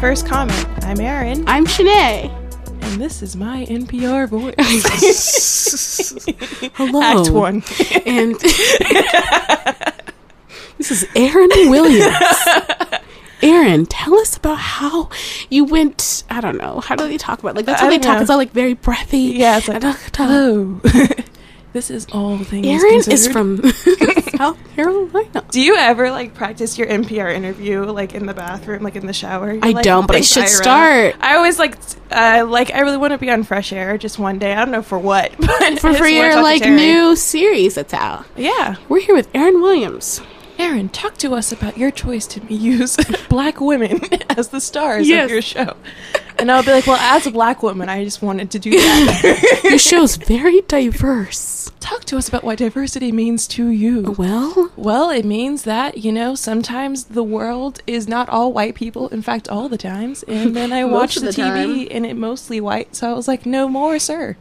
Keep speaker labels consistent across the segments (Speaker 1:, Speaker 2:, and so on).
Speaker 1: First Comment. I'm Erin,
Speaker 2: I'm Shanae.
Speaker 1: and this is my NPR voice.
Speaker 2: Hello.
Speaker 1: Act one.
Speaker 2: And this is Erin Williams. Erin, tell us about how you went. I don't know. How do they talk about? Like that's
Speaker 1: I
Speaker 2: how they
Speaker 1: don't
Speaker 2: talk.
Speaker 1: know.
Speaker 2: It's all like very breathy.
Speaker 1: Yeah, it's like, "Oh,
Speaker 2: I don't- don't-
Speaker 1: Hello. this is all things
Speaker 2: Oh. Erin is
Speaker 1: considered.
Speaker 2: from South Carolina.
Speaker 1: Do you ever like practice your NPR interview like in the bathroom, like in the shower? You're
Speaker 2: I
Speaker 1: like,
Speaker 2: don't, but I
Speaker 1: "Thanks,
Speaker 2: should
Speaker 1: Ira."
Speaker 2: start.
Speaker 1: I always like, t- uh, like I really want to be on Fresh Air just one day. I don't know for what, but
Speaker 2: For, for your like new series that's out.
Speaker 1: yeah.
Speaker 2: We're here with Erin Williams.
Speaker 1: Aaron, talk to us about your choice to use black women as the stars
Speaker 2: Yes.
Speaker 1: of your show. And I'll be like, well, as a black woman, I just wanted to do that.
Speaker 2: Your show's very diverse.
Speaker 1: talk to us about what diversity means to you.
Speaker 2: Well,
Speaker 1: Well, it means that, you know, sometimes the world is not all white people. In fact, all the times. And then I watched
Speaker 3: of
Speaker 1: the,
Speaker 3: the
Speaker 1: TV and it mostly white. So I was like, no more, sir.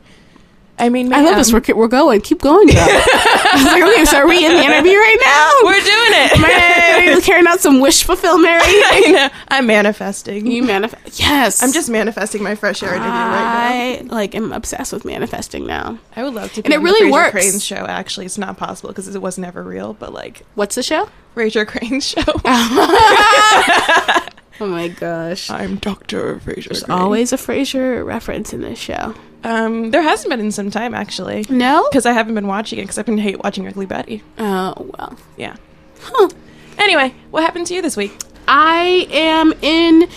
Speaker 1: I mean,
Speaker 2: I love this. We're,
Speaker 1: ma'am,
Speaker 2: we're going. Keep going. Though. I was like, okay, so are we in the interview right now?
Speaker 1: We're doing it.
Speaker 2: Man, you're carrying out some wish fulfillment.
Speaker 1: I know. I'm manifesting.
Speaker 2: You manifest. Yes,
Speaker 1: I'm just manifesting my fresh air interview right now.
Speaker 2: I like am obsessed with manifesting now.
Speaker 1: I would love to. Be
Speaker 2: And it
Speaker 1: on the
Speaker 2: really
Speaker 1: Fraser
Speaker 2: works.
Speaker 1: Crane's show actually, it's not possible because it was never real. But like
Speaker 2: What's the show?
Speaker 1: Fraser Crane's show,
Speaker 2: Ah. Oh my gosh.
Speaker 1: I'm Doctor Fraser. Crane.
Speaker 2: Always a Frasier reference in this show.
Speaker 1: Um, there hasn't been in some time actually
Speaker 2: No?
Speaker 1: because I haven't been watching it because I've been hate watching Ugly Betty.
Speaker 2: Oh, well.
Speaker 1: Yeah.
Speaker 2: Huh.
Speaker 1: Anyway, what happened to you this week?
Speaker 2: I am in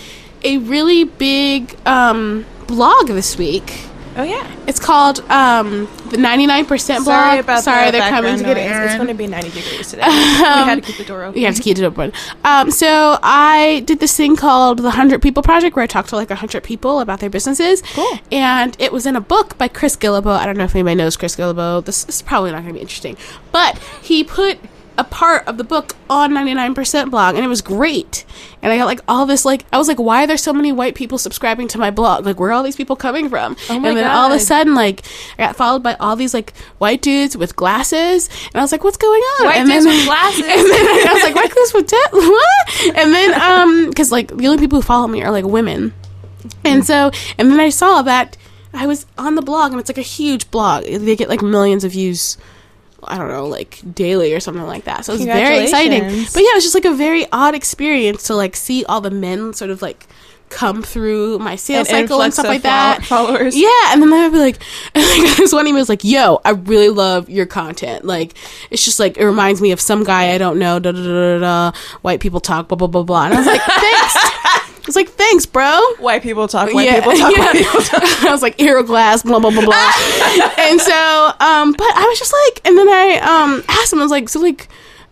Speaker 2: a really big um, blog this week.
Speaker 1: Oh yeah.
Speaker 2: It's called um, the 99% blog.
Speaker 1: Sorry about
Speaker 2: Sorry
Speaker 1: the
Speaker 2: they're coming
Speaker 1: background
Speaker 2: to get
Speaker 1: noise.
Speaker 2: Aaron.
Speaker 1: It's going to be 90 degrees today. we had to keep the door open.
Speaker 2: You have to keep it open. Um, so I did this thing called the Hundred People Project, where I talked to like hundred people about their businesses.
Speaker 1: Cool.
Speaker 2: And it was in a book by Chris Gillibo. I don't know if anybody knows Chris Gillibo. This, this is probably not going to be interesting, but he put a part of the book on 99% blog and it was great and i got like all this like i was like why are there so many white people subscribing to my blog like where are all these people coming from
Speaker 1: Oh my
Speaker 2: and then all of a
Speaker 1: God.
Speaker 2: sudden like i got followed by all these like white dudes with glasses and i was like what's going on
Speaker 1: White
Speaker 2: and
Speaker 1: dudes with glasses.
Speaker 2: and then I was like, "What this with that? What?" And then, um, because like the only people who follow me are like women, and so, and then I saw that I was on the blog, and it's like a huge blog. They get like millions of views. I don't know, like daily or something like that. So it was very exciting.
Speaker 1: Congratulations.
Speaker 2: But yeah, it was just like a very odd experience to like see all the men sort of like come through my
Speaker 1: An
Speaker 2: sales cycle and
Speaker 1: influx
Speaker 2: stuff
Speaker 1: of
Speaker 2: like that.
Speaker 1: follow- Followers.
Speaker 2: Yeah, and then I'd be like, this one email was like, "Yo, I really love your content. Like, it's just like it reminds me of some guy I don't know. Da da da da da. White people talk. Blah blah blah blah." And I was like, "Thanks." I was like, "Thanks, bro."
Speaker 1: White people talk. White
Speaker 2: Yeah,
Speaker 1: people talk.
Speaker 2: yeah.
Speaker 1: White people talk.
Speaker 2: I was like, "Hero glass." Blah blah blah blah. and so, um, but I was just like, and then I um asked him. I was like, "So like."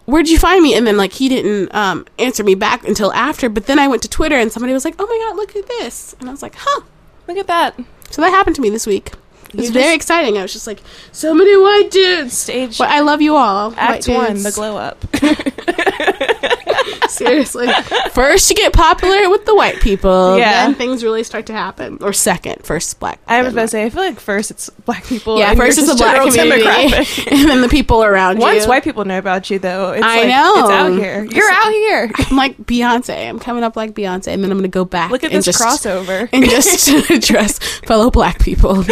Speaker 2: Where'd you find me? And then like he didn't um, answer me back until after. But then I went to Twitter and somebody was like, "Oh my god, look at this!" And I was like, "Huh."
Speaker 1: Look at that.
Speaker 2: So that happened to me this week. It was
Speaker 1: You
Speaker 2: very
Speaker 1: just-
Speaker 2: exciting. I was just like, so many white dudes.
Speaker 1: Stage
Speaker 2: Well, I love you all. white
Speaker 1: act
Speaker 2: dudes.
Speaker 1: one, the glow up.
Speaker 2: Seriously. First, you get popular with the white people.
Speaker 1: Yeah.
Speaker 2: Then things really start to happen. Or second, first black.
Speaker 1: I was
Speaker 2: then
Speaker 1: about to say, I feel like first it's black people.
Speaker 2: white. Yeah,
Speaker 1: and
Speaker 2: first
Speaker 1: you're
Speaker 2: it's the
Speaker 1: just
Speaker 2: black
Speaker 1: general
Speaker 2: community.
Speaker 1: demographic.
Speaker 2: and then the people around you.
Speaker 1: Once white people know about you, though, it's
Speaker 2: I
Speaker 1: like,
Speaker 2: know.
Speaker 1: it's out here. You're out here.
Speaker 2: I'm like Beyonce. I'm coming up like Beyonce. And then I'm going to go back.
Speaker 1: Look at
Speaker 2: and
Speaker 1: this
Speaker 2: just,
Speaker 1: crossover.
Speaker 2: And just address fellow black people.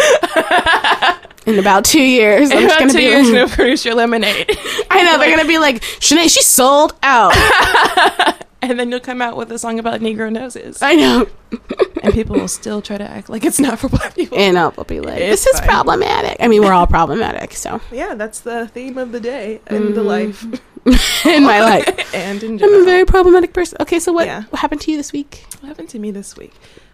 Speaker 2: In about two years, I'm just
Speaker 1: About
Speaker 2: going to
Speaker 1: two
Speaker 2: be
Speaker 1: years, you'll produce your lemonade,
Speaker 2: I know they're gonna be like Shanae, she sold out.
Speaker 1: and then you'll come out with a song about Negro noses,
Speaker 2: I know,
Speaker 1: and people will still try to act like it's not for black people.
Speaker 2: and I'll be like,
Speaker 1: It's
Speaker 2: this is
Speaker 1: fine.
Speaker 2: problematic. I mean, we're all problematic, so
Speaker 1: yeah, that's the theme of the day and the life
Speaker 2: in my life,
Speaker 1: and in
Speaker 2: I'm a
Speaker 1: general.
Speaker 2: Mm. very problematic person. Okay, so what,
Speaker 1: Yeah.
Speaker 2: what happened to you this week?
Speaker 1: What happened to me this week?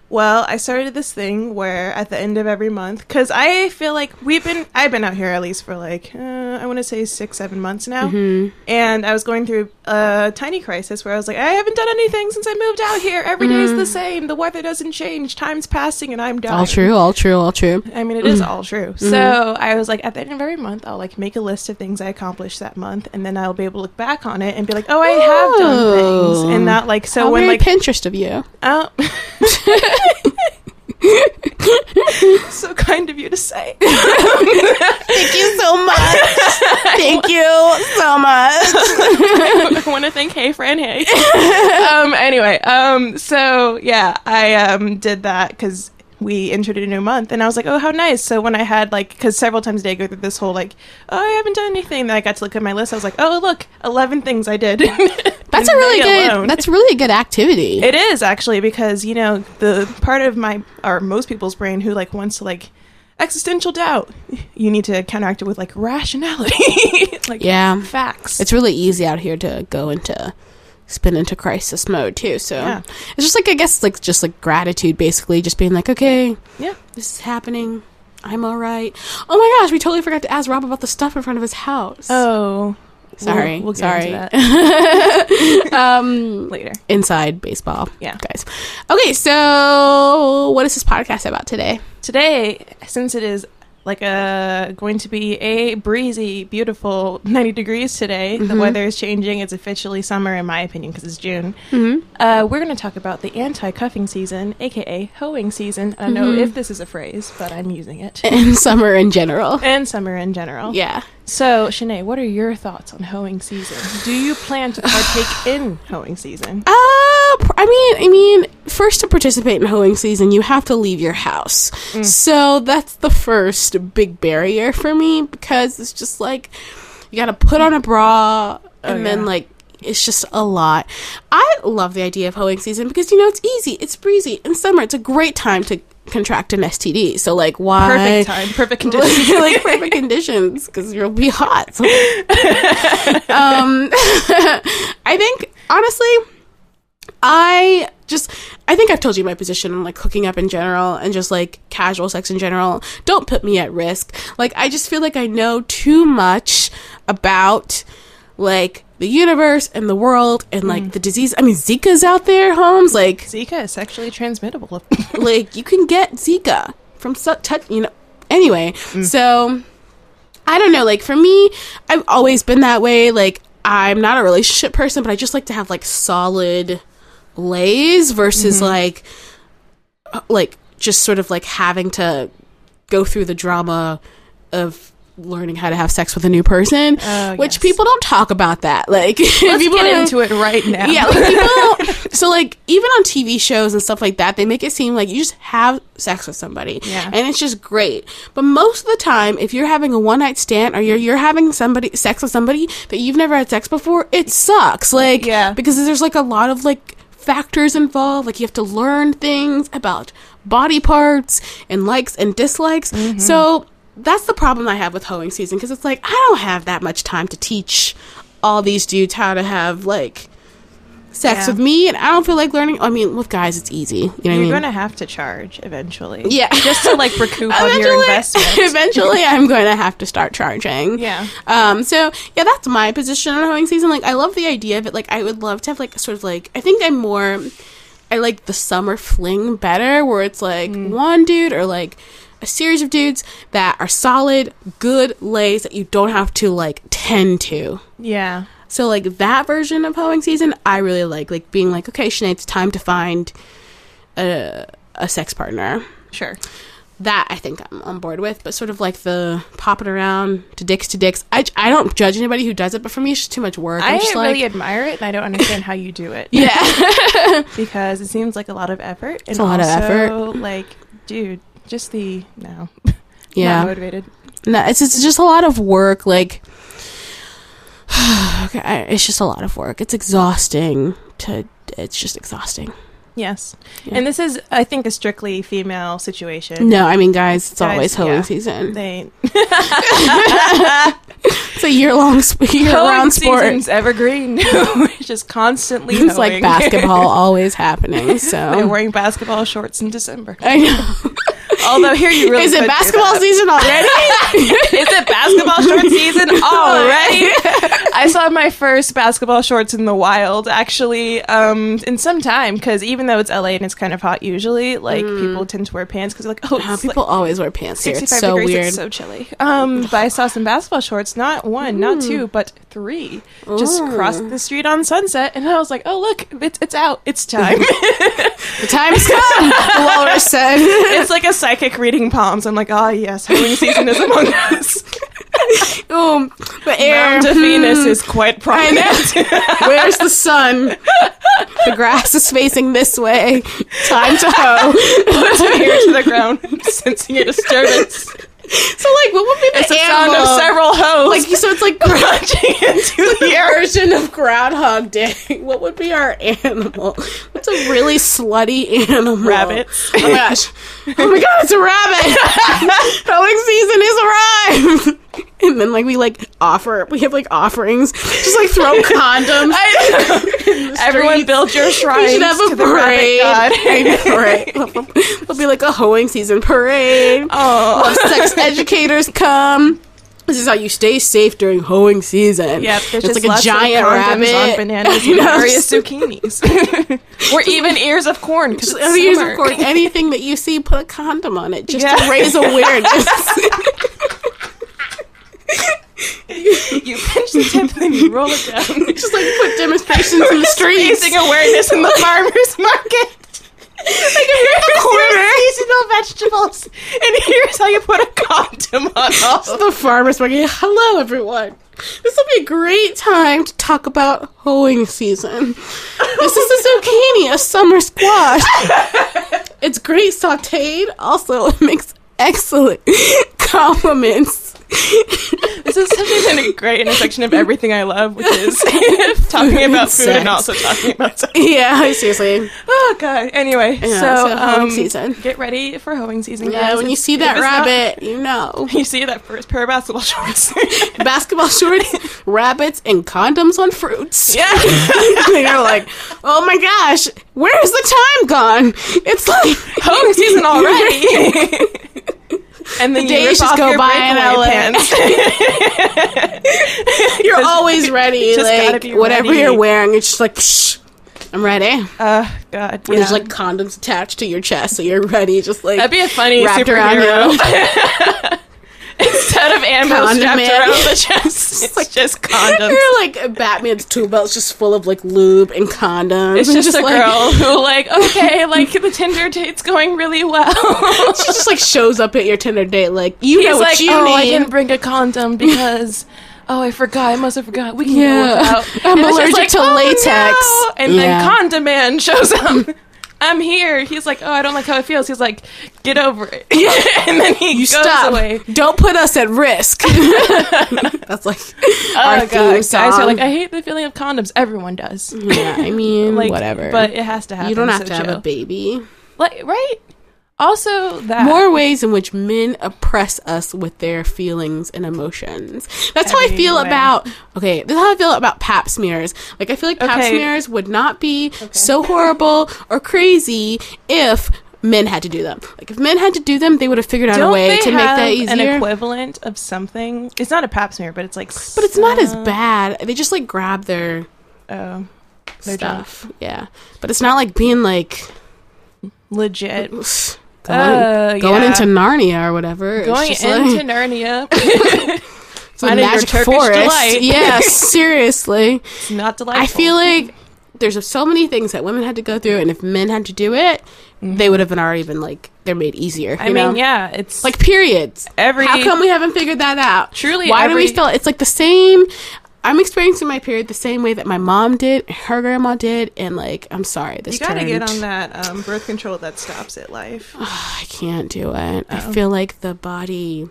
Speaker 1: Well, I started this thing where at the end of every month, because I feel like we've been, I've been out here at least for like, uh, I want to say six, seven months now.
Speaker 2: Mm-hmm.
Speaker 1: And I was going through a tiny crisis where I was like, I haven't done anything since I moved out here. Every day is the same. The weather doesn't change. Time's passing and I'm dying.
Speaker 2: Mm. All true, Mm. Mm-hmm. all true, all true.
Speaker 1: I mean, it is all true. So I was like, at the end of every month, I'll like make a list of things I accomplished that month, and then I'll be able to look back on it and be like, oh, I have done
Speaker 2: Ooh.
Speaker 1: things, and not like so
Speaker 2: How
Speaker 1: when
Speaker 2: very
Speaker 1: like
Speaker 2: Pinterest of you.
Speaker 1: Oh. so kind of you to say.
Speaker 2: Thank you so much. Thank you so much.
Speaker 1: I want to thank Hey Fran Hey. um, anyway, anyway, um, so yeah, I um did that because we entered a new month, and I was like, oh, how nice. So when I had like, because several times a day I go through this whole like, oh, I haven't done anything. Then I got to look at my list. I was like, oh, look, eleven things I did.
Speaker 2: That's a really good. That's really a good activity.
Speaker 1: It is actually because you know the part of my or most people's brain who like wants to like existential doubt. You need to counteract it with like rationality, like
Speaker 2: yeah,
Speaker 1: facts.
Speaker 2: it's really easy out here to go into spin into crisis mode too. So
Speaker 1: Yeah.
Speaker 2: it's just like I guess like just like gratitude, basically, just being like, okay,
Speaker 1: yeah.
Speaker 2: this is happening. I'm all right. Oh my gosh, we totally forgot to ask Rob about the stuff in front of his house.
Speaker 1: Oh,
Speaker 2: sorry,
Speaker 1: We'll, we'll get
Speaker 2: sorry.
Speaker 1: into that
Speaker 2: um,
Speaker 1: later.
Speaker 2: inside baseball.
Speaker 1: Yeah.
Speaker 2: guys. Okay, so what is this podcast about today?
Speaker 1: Today, since it is like a going to be a breezy, beautiful 90 degrees today, the weather is changing. It's officially summer, in my opinion, because it's June.
Speaker 2: Mm-hmm.
Speaker 1: Uh, we're going to talk about the anti-cuffing season, aka hoeing season. I don't know
Speaker 2: Mm-hmm.
Speaker 1: if this is a phrase, but I'm using it.
Speaker 2: And summer in general.
Speaker 1: and summer in general.
Speaker 2: Yeah.
Speaker 1: So, Shanae, what are your thoughts on hoeing season? Do you plan to partake in hoeing season?
Speaker 2: Uh, pr- I mean, I mean, first to participate in hoeing season, you have to leave your house.
Speaker 1: Mm.
Speaker 2: So that's the first big barrier for me because it's just like you got to put on a bra and
Speaker 1: Oh,
Speaker 2: then
Speaker 1: yeah.
Speaker 2: like it's just a lot. I love the idea of hoeing season because you know it's easy, it's breezy, in summer it's a great time to contract an STD. So like why
Speaker 1: Perfect time, perfect conditions.
Speaker 2: like perfect conditions because you'll be hot. um, I think honestly, I just I think I've told you my position on like hooking up in general and just like casual sex in general. Don't put me at risk. Like I just feel like I know too much about like the universe and the world and like the disease. I mean Zika's out there, Holmes. Like
Speaker 1: Zika is sexually transmittable.
Speaker 2: like you can get Zika from su- touch, you know. Anyway,
Speaker 1: Mm.
Speaker 2: so I don't know. Like for me, I've always been that way. Like I'm not a relationship person, but I just like to have like solid lays versus
Speaker 1: Mm-hmm.
Speaker 2: like uh, like just sort of like having to go through the drama of learning how to have sex with a new person,
Speaker 1: Oh,
Speaker 2: which
Speaker 1: yes.
Speaker 2: people don't talk about that. Like
Speaker 1: Let's
Speaker 2: people
Speaker 1: get
Speaker 2: don't-
Speaker 1: into it right now.
Speaker 2: yeah, like people. don't- so like even on TV shows and stuff like that, they make it seem like you just have sex with somebody,
Speaker 1: Yeah.
Speaker 2: and it's just great. But most of the time, if you're having a one night stand or you're you're having somebody sex with somebody that you've never had sex before, it sucks. Like
Speaker 1: Yeah.
Speaker 2: because there's like a lot of like factors involved. Like you have to learn things about body parts and likes and dislikes.
Speaker 1: Mm-hmm.
Speaker 2: So. That's the problem I have with hoeing season because it's like I don't have that much time to teach all these dudes how to have like sex
Speaker 1: Yeah.
Speaker 2: with me and I don't feel like learning. I mean, with guys, it's easy. You know what I
Speaker 1: You're
Speaker 2: mean?
Speaker 1: going to have to charge eventually.
Speaker 2: Yeah.
Speaker 1: Just to like recoup on your
Speaker 2: eventually,
Speaker 1: investment.
Speaker 2: eventually, I'm going to have to start charging.
Speaker 1: Yeah.
Speaker 2: Um. So yeah, that's my position on hoeing season. Like, I love the idea of it. Like, I would love to have like sort of like I think I'm more. I like the summer fling better, where it's like
Speaker 1: Mm.
Speaker 2: one dude or like a series of dudes that are solid, good lays that you don't have to like tend to.
Speaker 1: yeah.
Speaker 2: So like that version of hoeing season, I really like. Like being like, okay, Sinead, it's time to find a a sex partner.
Speaker 1: Sure.
Speaker 2: That I think I'm on board with. But sort of like the popping around to dicks to dicks. I, I don't judge anybody who does it, but for me, it's just too much work. I'm
Speaker 1: I
Speaker 2: just
Speaker 1: really
Speaker 2: like,
Speaker 1: admire it and I don't understand how you do it.
Speaker 2: yeah,
Speaker 1: Because it seems like a lot of effort. And
Speaker 2: a lot of
Speaker 1: also,
Speaker 2: effort.
Speaker 1: Like, dude, just the no. Not
Speaker 2: yeah.
Speaker 1: motivated.
Speaker 2: No, it's just, it's just a lot of work. Like, okay, I- it's just a lot of work. It's exhausting. To it's just exhausting.
Speaker 1: Yes.
Speaker 2: Yeah.
Speaker 1: And this is I think a strictly female situation.
Speaker 2: No, I mean, guys, it's
Speaker 1: Guys,
Speaker 2: always hoeing
Speaker 1: yeah.
Speaker 2: season.
Speaker 1: They
Speaker 2: It's a year long, year round sport.
Speaker 1: season's evergreen. It's just constantly
Speaker 2: It's like
Speaker 1: hoeing.
Speaker 2: basketball always happening.
Speaker 1: They're
Speaker 2: So
Speaker 1: wearing basketball shorts in December.
Speaker 2: I know.
Speaker 1: Although here you really
Speaker 2: Is
Speaker 1: could
Speaker 2: it
Speaker 1: do
Speaker 2: basketball
Speaker 1: that.
Speaker 2: season already?
Speaker 1: Is it basketball short season already? I saw my first basketball shorts in the wild actually um, in some time because even though it's LA and it's kind of hot usually, like people tend to wear pants because like oh
Speaker 2: Wow,
Speaker 1: it's
Speaker 2: people
Speaker 1: like
Speaker 2: always wear pants here.
Speaker 1: 65
Speaker 2: It's so
Speaker 1: degrees,
Speaker 2: weird.
Speaker 1: it's so chilly. Um, but I saw some basketball shorts, not one, not two, but three, just
Speaker 2: Mm.
Speaker 1: crossed the street on Sunset, and I was like, oh look, it's it's out, it's time.
Speaker 2: the time's come. Laura said.
Speaker 1: it's like a psychic reading palms. I'm like, ah yes, Halloween season is among us.
Speaker 2: Boom. The air.
Speaker 1: Mount of
Speaker 2: hmm,
Speaker 1: Venus is quite
Speaker 2: I
Speaker 1: prominent.
Speaker 2: know. Where's the sun? the grass is facing this way. Time to hoe.
Speaker 1: Puts an ear to the ground, sensing a disturbance.
Speaker 2: So like, what would be the
Speaker 1: It's the sound
Speaker 2: animal?
Speaker 1: of several hoes
Speaker 2: like, so it's like the
Speaker 1: punching into the earth.
Speaker 2: version of Groundhog Day. What would be our animal? What's a really slutty animal?
Speaker 1: Rabbits.
Speaker 2: Oh my gosh. Oh my god, it's a rabbit. Howling season is arrived. And then like we like offer, we have like offerings, just like throw condoms.
Speaker 1: Everyone build your shrines
Speaker 2: We should have
Speaker 1: to
Speaker 2: a
Speaker 1: the rabbit
Speaker 2: parade.
Speaker 1: god.
Speaker 2: parade. It'll be like a hoeing season parade.
Speaker 1: oh.
Speaker 2: Sex educators come. This is how you stay safe during hoeing season.
Speaker 1: Yep, there's
Speaker 2: it's
Speaker 1: just
Speaker 2: like a
Speaker 1: lots
Speaker 2: giant
Speaker 1: of condoms
Speaker 2: rabbit
Speaker 1: on bananas
Speaker 2: You
Speaker 1: and
Speaker 2: know,
Speaker 1: various
Speaker 2: just-
Speaker 1: zucchinis, or even ears of corn because
Speaker 2: I mean,
Speaker 1: it's
Speaker 2: you
Speaker 1: summer.
Speaker 2: record anything that you see, put a condom on it just
Speaker 1: Yeah.
Speaker 2: to raise awareness.
Speaker 1: You pinch the tip and then you roll it down.
Speaker 2: just like put demonstrations in the streets.
Speaker 1: Raising awareness in the farmers market. Like here's the corner seasonal vegetables, and here's how you put a condom on all.
Speaker 2: the farmers market. Hello, everyone. This will be a great time to talk about hoeing season. This is a zucchini, a summer squash. It's great sauteed. Also, it makes excellent compliments.
Speaker 1: This is something in a great intersection of everything I love, which is talking about food
Speaker 2: Sex.
Speaker 1: and also talking about sex.
Speaker 2: Yeah, seriously.
Speaker 1: Oh god. Anyway,
Speaker 2: Yeah,
Speaker 1: so,
Speaker 2: so hoeing
Speaker 1: um,
Speaker 2: season.
Speaker 1: get ready for hoeing season.
Speaker 2: Yeah,
Speaker 1: guys.
Speaker 2: when you
Speaker 1: It's-
Speaker 2: see that
Speaker 1: if it's not-
Speaker 2: rabbit, you know.
Speaker 1: you see that first pair of basketball shorts.
Speaker 2: Basketball shorts, rabbits, and condoms on fruits.
Speaker 1: yeah.
Speaker 2: and you're like, oh my gosh, where's the time gone? It's like
Speaker 1: hoeing season already. and then you
Speaker 2: days
Speaker 1: rip
Speaker 2: just
Speaker 1: off
Speaker 2: go
Speaker 1: your
Speaker 2: by in
Speaker 1: breakaway
Speaker 2: LA.
Speaker 1: pants.
Speaker 2: You're always ready.
Speaker 1: just gotta
Speaker 2: like
Speaker 1: be
Speaker 2: whatever
Speaker 1: ready.
Speaker 2: you're wearing, it's just like Psh, I'm ready. And
Speaker 1: Oh god. Yeah.
Speaker 2: There's like condoms attached to your chest, so you're ready. Just like
Speaker 1: That'd be a funny
Speaker 2: wrapped around
Speaker 1: superhero.
Speaker 2: you.
Speaker 1: Instead of ammo strapped
Speaker 2: Condiment.
Speaker 1: around the chest, it's just condoms.
Speaker 2: You're like Batman's tool belt's just full of like lube and condoms.
Speaker 1: It's
Speaker 2: and
Speaker 1: just, a
Speaker 2: like,
Speaker 1: girl who, like, okay, like the Tinder date's going really well.
Speaker 2: She just like shows up at your Tinder date, like you
Speaker 1: He's
Speaker 2: know what
Speaker 1: like,
Speaker 2: you
Speaker 1: oh,
Speaker 2: need.
Speaker 1: I didn't bring a condom because. Oh, I forgot. I must have forgot. We can
Speaker 2: Yeah.
Speaker 1: go without.
Speaker 2: I'm
Speaker 1: And it's just
Speaker 2: allergic to latex.
Speaker 1: "Oh, no." And then
Speaker 2: Yeah.
Speaker 1: condom man shows up. I'm here. He's like, oh, I don't like how it feels. He's like, get over it. and then he goes
Speaker 2: Stop!
Speaker 1: away.
Speaker 2: Don't put us at risk. That's like our
Speaker 1: Oh
Speaker 2: theme
Speaker 1: god, guys
Speaker 2: song.
Speaker 1: are like, I hate the feeling of condoms. Everyone does.
Speaker 2: yeah, I mean,
Speaker 1: Like,
Speaker 2: Mm, whatever.
Speaker 1: But it has to happen.
Speaker 2: you don't have
Speaker 1: so
Speaker 2: to have
Speaker 1: chill.
Speaker 2: a baby.
Speaker 1: Like, right? Also, that
Speaker 2: More ways in which men oppress us with their feelings and emotions. That's how I feel
Speaker 1: Anyway.
Speaker 2: about. Okay, this is how I feel about pap smears. Like I feel like pap
Speaker 1: Okay.
Speaker 2: smears would not be so horrible or crazy if men had to do them. Like if men had to do them, they would have figured out
Speaker 1: don't
Speaker 2: a way
Speaker 1: they
Speaker 2: to make
Speaker 1: have
Speaker 2: that
Speaker 1: an
Speaker 2: easier.
Speaker 1: equivalent of something? It's not a pap smear, but it's like.
Speaker 2: but it's not as bad. They just like grab their
Speaker 1: Oh, Their junk.
Speaker 2: stuff. Yeah, but it's not like being like
Speaker 1: legit.
Speaker 2: going,
Speaker 1: Uh,
Speaker 2: going
Speaker 1: yeah.
Speaker 2: into Narnia or whatever. It's
Speaker 1: Going
Speaker 2: just
Speaker 1: into
Speaker 2: like-
Speaker 1: Narnia,
Speaker 2: It's a
Speaker 1: Finding your
Speaker 2: magic
Speaker 1: Turkish
Speaker 2: forest.
Speaker 1: delight.
Speaker 2: Yeah, seriously.
Speaker 1: it's not delightful.
Speaker 2: I feel like there's so many things that women had to go through, and if men had to do it, they would have been already been like they're made easier.
Speaker 1: Mm. I
Speaker 2: you
Speaker 1: mean,
Speaker 2: know?
Speaker 1: yeah, it's
Speaker 2: like periods.
Speaker 1: every.
Speaker 2: How come we haven't figured that out?
Speaker 1: Truly,
Speaker 2: why do we
Speaker 1: every-
Speaker 2: feel it's like the same? I'm experiencing my period the same way that my mom did, her grandma did, and like I'm sorry, this
Speaker 1: you gotta
Speaker 2: turned,
Speaker 1: get on that um, birth control that stops at life?
Speaker 2: I can't do it. I feel like the body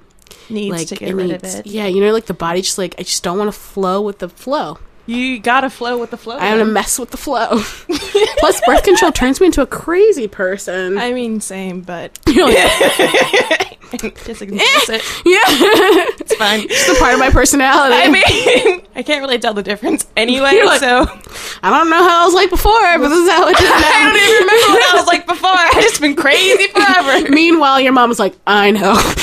Speaker 1: Needs
Speaker 2: like
Speaker 1: to get
Speaker 2: it
Speaker 1: rid
Speaker 2: needs-
Speaker 1: of it.
Speaker 2: Yeah, you know, like the body just like I just don't want to flow with the flow.
Speaker 1: You gotta flow with the flow.
Speaker 2: I want to mess with the flow. Plus, birth control turns me into a crazy person.
Speaker 1: I mean, same, but
Speaker 2: You're like,
Speaker 1: just ignores it.
Speaker 2: yeah, it's
Speaker 1: It's fine.
Speaker 2: a part of my personality.
Speaker 1: I
Speaker 2: I
Speaker 1: mean, I can't really tell the difference anyway.
Speaker 2: You're like-
Speaker 1: so
Speaker 2: don't know how I was like before, but this is how it is
Speaker 1: I
Speaker 2: now.
Speaker 1: don't even remember what I "Oh, was like before. I just been crazy forever.
Speaker 2: Meanwhile, your mom was like, "I know,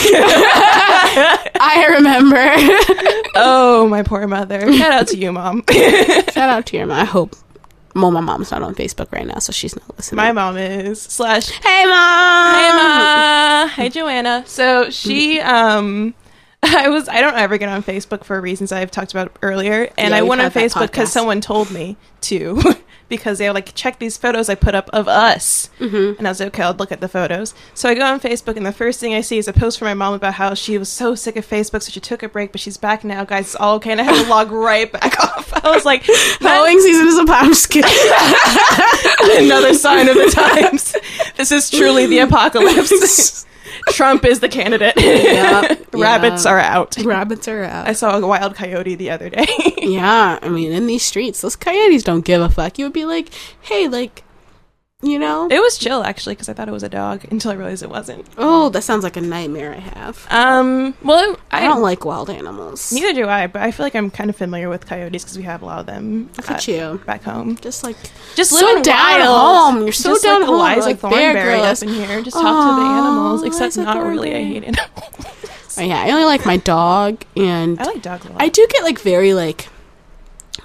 Speaker 2: I remember."
Speaker 1: oh, my poor mother. Shout out to you, mom.
Speaker 2: Shout out to your mom. I hope. Well, my mom's not on Facebook right now, so she's not listening.
Speaker 1: my mom is slash
Speaker 2: hey, mom.
Speaker 1: Hi, Ma. Hi, Joanna. So she, um, I was, I don't ever get on Facebook for reasons I've talked about earlier, and
Speaker 2: Yeah,
Speaker 1: I
Speaker 2: we've
Speaker 1: went on
Speaker 2: had that
Speaker 1: Facebook because
Speaker 2: podcast.
Speaker 1: someone told me to. because they were like, check these photos I put up of us. Mm-hmm. And I was like, okay, I'll look at the photos. So I go on Facebook, and the first thing I see is a post from my mom about how she was so sick of Facebook, so she took a break, but she's back now, guys. It's all okay. And I had to log right back off. I was like,
Speaker 2: Halloween season is upon. I'm just kidding.
Speaker 1: another sign of the times. This is truly the apocalypse. Trump is the candidate.
Speaker 2: Yep,
Speaker 1: Rabbits
Speaker 2: yeah.
Speaker 1: are out.
Speaker 2: Rabbits are
Speaker 1: I
Speaker 2: out.
Speaker 1: saw a wild coyote the other day.
Speaker 2: Yeah, I mean, in these streets, those coyotes don't give a fuck. You would be like, hey, like, you know,
Speaker 1: it was chill actually because I thought it was a dog until I realized it wasn't.
Speaker 2: oh, that sounds like a nightmare I have.
Speaker 1: Um, well, it-
Speaker 2: I
Speaker 1: I,
Speaker 2: don't like wild animals.
Speaker 1: Neither do I, but I feel like I'm kind of familiar with coyotes because we have a lot of them
Speaker 2: Look at
Speaker 1: at-
Speaker 2: you.
Speaker 1: back home.
Speaker 2: Just like
Speaker 1: Just
Speaker 2: so
Speaker 1: live in
Speaker 2: down
Speaker 1: wild.
Speaker 2: home. You're so
Speaker 1: Just
Speaker 2: down
Speaker 1: like
Speaker 2: home.
Speaker 1: Eliza
Speaker 2: like Bear
Speaker 1: Thornberry
Speaker 2: Grylls.
Speaker 1: up in here. Just talk to the
Speaker 2: Aw,
Speaker 1: animals, except
Speaker 2: Eliza
Speaker 1: not really. I
Speaker 2: Thornberry.
Speaker 1: hate animals.
Speaker 2: Oh, yeah, I only like my dog, and
Speaker 1: I like dogs a lot.
Speaker 2: I do get like very like